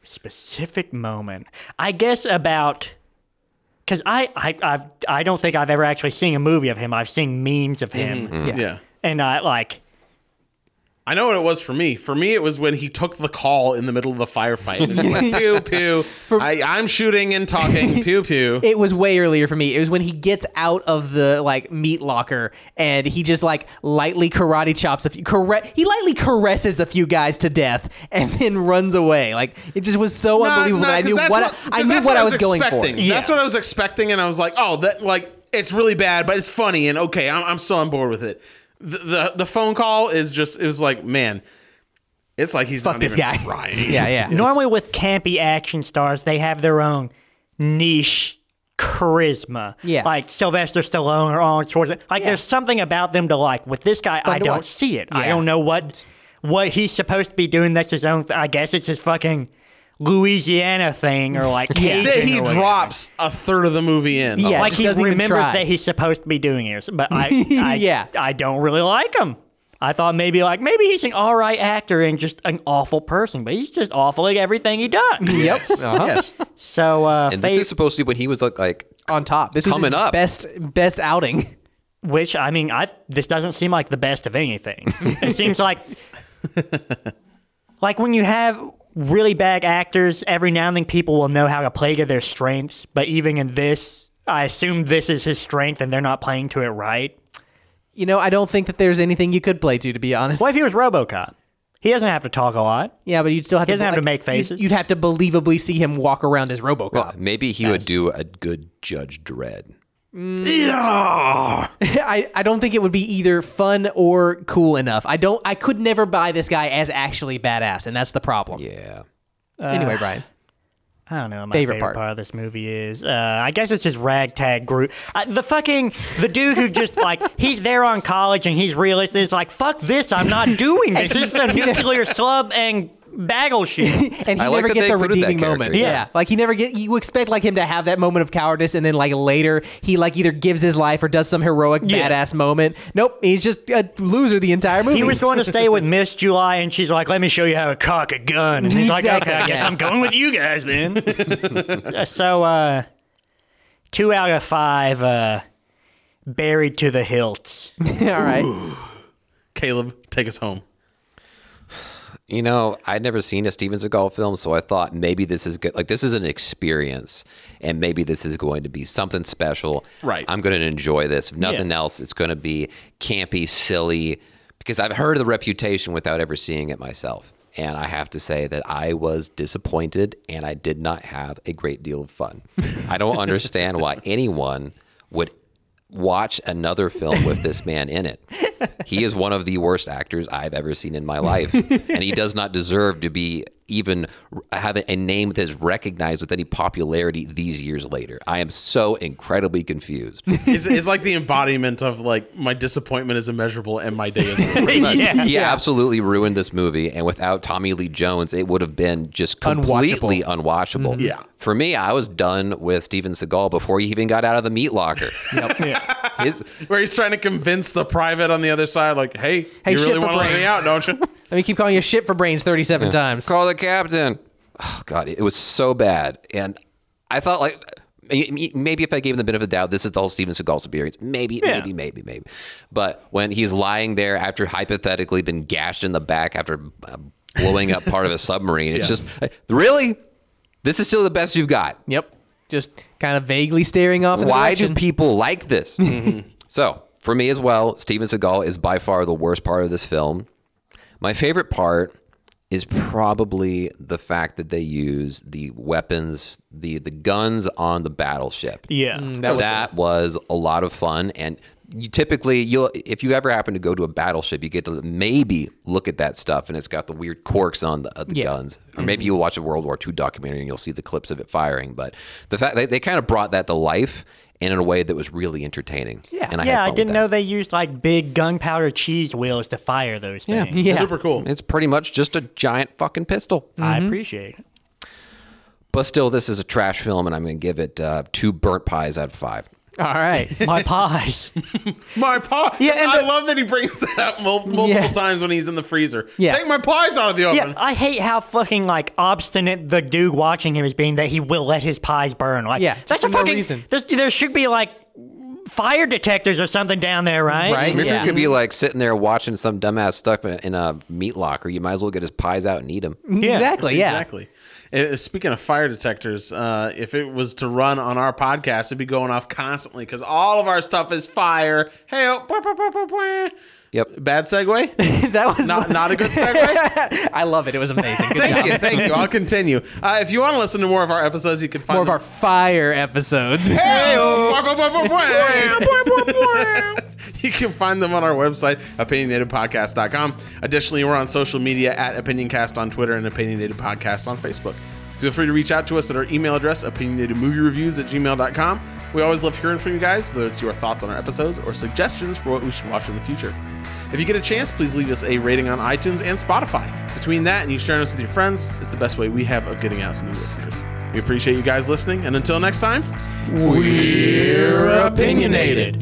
S4: specific moment i guess about because I, I i've i don't think i've ever actually seen a movie of him i've seen memes of him
S1: Yeah.
S4: and i like
S1: I know what it was for me. For me, it was when he took the call in the middle of the firefight. And he went, pew pew. I, I'm shooting and talking. Pew pew.
S2: It was way earlier for me. It was when he gets out of the like meat locker and he just like lightly karate chops a few. Care- he lightly caresses a few guys to death and then runs away. Like it just was so unbelievable. that I
S1: 'cause
S2: knew
S1: that's
S2: what, I
S1: 'cause
S2: knew
S1: that's
S2: what, I was going for.
S1: expecting. That's
S4: Yeah.
S1: what I was expecting, and I was like, oh, that like it's really bad, but it's funny, and okay, I'm, I'm still on board with it. The, the the phone call is just it was like man, it's like he's
S2: Fuck
S1: not
S2: this
S1: even
S2: guy.
S1: trying.
S2: Yeah, yeah.
S4: normally with campy action stars they have their own niche charisma
S2: Yeah.
S4: like sylvester stallone or arnold schwarzenegger like there's something about them to like with this guy
S2: fun
S4: i
S2: to
S4: don't
S2: watch.
S4: see it i
S2: Yeah.
S4: don't know what what he's supposed to be doing that's his own i guess it's his fucking louisiana thing or like Cajun
S1: That he
S4: or whatever.
S1: drops a third of the movie in.
S2: Yeah.
S4: like
S2: just
S4: he
S2: doesn't even
S4: remembers
S2: try.
S4: that he's supposed to be doing it. But I, I
S2: Yeah.
S4: I don't really like him. I thought maybe like maybe he's an all right actor and just an awful person, but he's just awful at everything he does.
S2: Yep. Uh-huh.
S1: Yes.
S4: so uh,
S3: And
S4: Faith,
S3: this is supposed to be when he was like, like
S2: On top. This was
S3: Coming
S2: his
S3: up.
S2: best best outing.
S4: which I mean, I this doesn't seem like the best of anything. it seems like like when you have really bad actors, every now and then people will know how to play to their strengths. But even in this, I assume this is his strength, and they're not playing to it right.
S2: You know, I don't think that there's anything you could play to, to be honest.
S4: What if he was RoboCop? He doesn't have to talk a lot.
S2: Yeah, but you'd still have
S4: He
S2: to
S4: doesn't have to make
S2: you'd-
S4: faces.
S2: You'd have to believably see him walk around as RoboCop.
S3: well, maybe he would do a good Judge Dredd.
S2: I, I don't think it would be either fun or cool enough. I don't I could never buy this guy as actually badass, and that's the problem.
S3: Yeah.
S4: Uh,
S2: Anyway, Brian.
S4: I don't know. My
S2: Favorite
S4: favorite,
S2: part.
S4: part. of this movie is, uh, I guess it's his ragtag group. Uh, the fucking the dude who just like he's there on college and he's realistic. It's like fuck this. I'm not doing this. This is a nuclear slub and battleship.
S2: And he
S3: I like
S2: never
S3: that
S2: gets
S3: they
S2: a
S3: included that
S2: redeeming
S3: character,
S2: moment.
S3: yeah.
S2: Like he never get you expect like him to have that moment of cowardice and then like later he like either gives his life or does some heroic
S4: Yeah.
S2: badass moment. Nope, he's just a loser the entire movie.
S4: He was going to stay with Miss July, and she's like, "Let me show you how to cock a gun." And he's like,
S2: Exactly,
S4: "Okay, I guess
S2: yeah.
S4: I'm going with you guys, man." Uh, so, uh, two out of five, uh, buried to the hilt.
S2: All right.
S1: Caleb, take us home.
S3: You know, I'd never seen a Steven Seagal film, so I thought maybe this is good. Like, this is an experience, and maybe this is going to be something special.
S1: Right.
S3: I'm going to enjoy this. If nothing else, it's going to be campy, silly, because I've heard of the reputation without ever seeing it myself. And I have to say that I was disappointed, and I did not have a great deal of fun. I don't understand why anyone would watch another film with this man in it. He is one of the worst actors I've ever seen in my life, and he does not deserve to be even have a name that is recognized with any popularity these years later. I am so incredibly confused.
S1: It's, it's like the embodiment of like my disappointment is immeasurable and my day is. over.
S4: yeah.
S3: He absolutely ruined this movie, and without Tommy Lee Jones, it would have been just completely unwatchable.
S1: Yeah.
S3: for me, I was done with Steven Seagal before he even got out of the meat locker. His-
S1: Where he's trying to convince the private on the other side, like, hey,
S2: Hey,
S1: you
S2: shit
S1: really
S2: for
S1: want to let me
S2: brains.
S1: out, don't you?
S2: Let me keep calling you shit for brains 37 times.
S3: Call the captain. Oh God, it was so bad, and I thought like m- m- maybe if I gave him the benefit of the doubt, this is the whole Steven Seagal experience. Maybe, maybe, maybe, maybe. But when he's lying there after hypothetically been gashed in the back after uh, blowing up part of a submarine, it's just like, really. This is still the best you've got.
S2: Yep. Just kind of vaguely staring off in the
S3: Why do
S2: direction.
S3: people like this? Mm-hmm. So, for me as well, Steven Seagal is by far the worst part of this film. My favorite part is probably the fact that they use the weapons, the the guns on the battleship.
S4: Yeah.
S3: that was, a lot of fun and you typically you'll if you ever happen to go to a battleship you get to maybe look at that stuff and it's got the weird corks on the, uh, the
S2: Yeah.
S3: guns or maybe you'll watch a world war ii documentary and you'll see the clips of it firing but the fact they, they kind of brought that to life and in a way that was really entertaining yeah and I had
S4: yeah, I
S3: fun with
S4: didn't
S3: that.
S4: know they used like big gunpowder cheese wheels to fire those things.
S2: Yeah.
S1: Super cool.
S3: it's pretty much just a giant fucking pistol
S4: I
S2: Mm-hmm.
S4: appreciate it.
S3: but still this is a trash film and i'm gonna give it uh, two burnt pies out of five
S2: All right.
S4: My pies.
S1: My pie.
S2: Yeah, and
S1: I
S2: the-
S1: love that he brings that up mul- multiple
S2: Yeah.
S1: times when he's in the freezer.
S2: Yeah.
S1: Take my pies out of the oven.
S4: yeah, I hate how fucking like obstinate the dude watching him is being that he will let his pies burn. Like,
S2: Yeah,
S4: that's
S2: for
S4: a
S2: no
S4: fucking.
S2: reason.
S4: There's, there should be like fire detectors or something down there, right?
S2: Right?
S3: Maybe
S2: Yeah.
S3: you could be like sitting there watching some dumbass stuck in a, in a meat locker. You might as well get his pies out and eat them.
S2: Mm-hmm. Exactly. Yeah.
S1: Exactly. Uh, speaking of fire detectors, uh, if it was to run on our podcast, it'd be going off constantly because all of our stuff is fire. Hey, oh, bwah, bwah, bwah, bwah, bwah.
S3: Yep.
S1: bad segue.
S2: That was
S1: not not a good segue.
S2: I love it. It was amazing. Good
S1: thank
S2: job.
S1: you, thank you. I'll continue. Uh, if you want to listen to more of our episodes, you can find
S2: More of
S1: them-
S2: our fire episodes.
S1: you can find them on our website, opinionatedpodcast.com. Additionally, we're on social media at OpinionCast on Twitter and Opinionated Podcast on Facebook. Feel free to reach out to us at our email address, opinionatedmoviereviews at gmail.com. We always love hearing from you guys, whether it's your thoughts on our episodes or suggestions for what we should watch in the future. If you get a chance, please leave us a rating on iTunes and Spotify. Between that and you sharing us with your friends, it's the best way we have of getting out to new listeners. We appreciate you guys listening, and until next time, we're opinionated.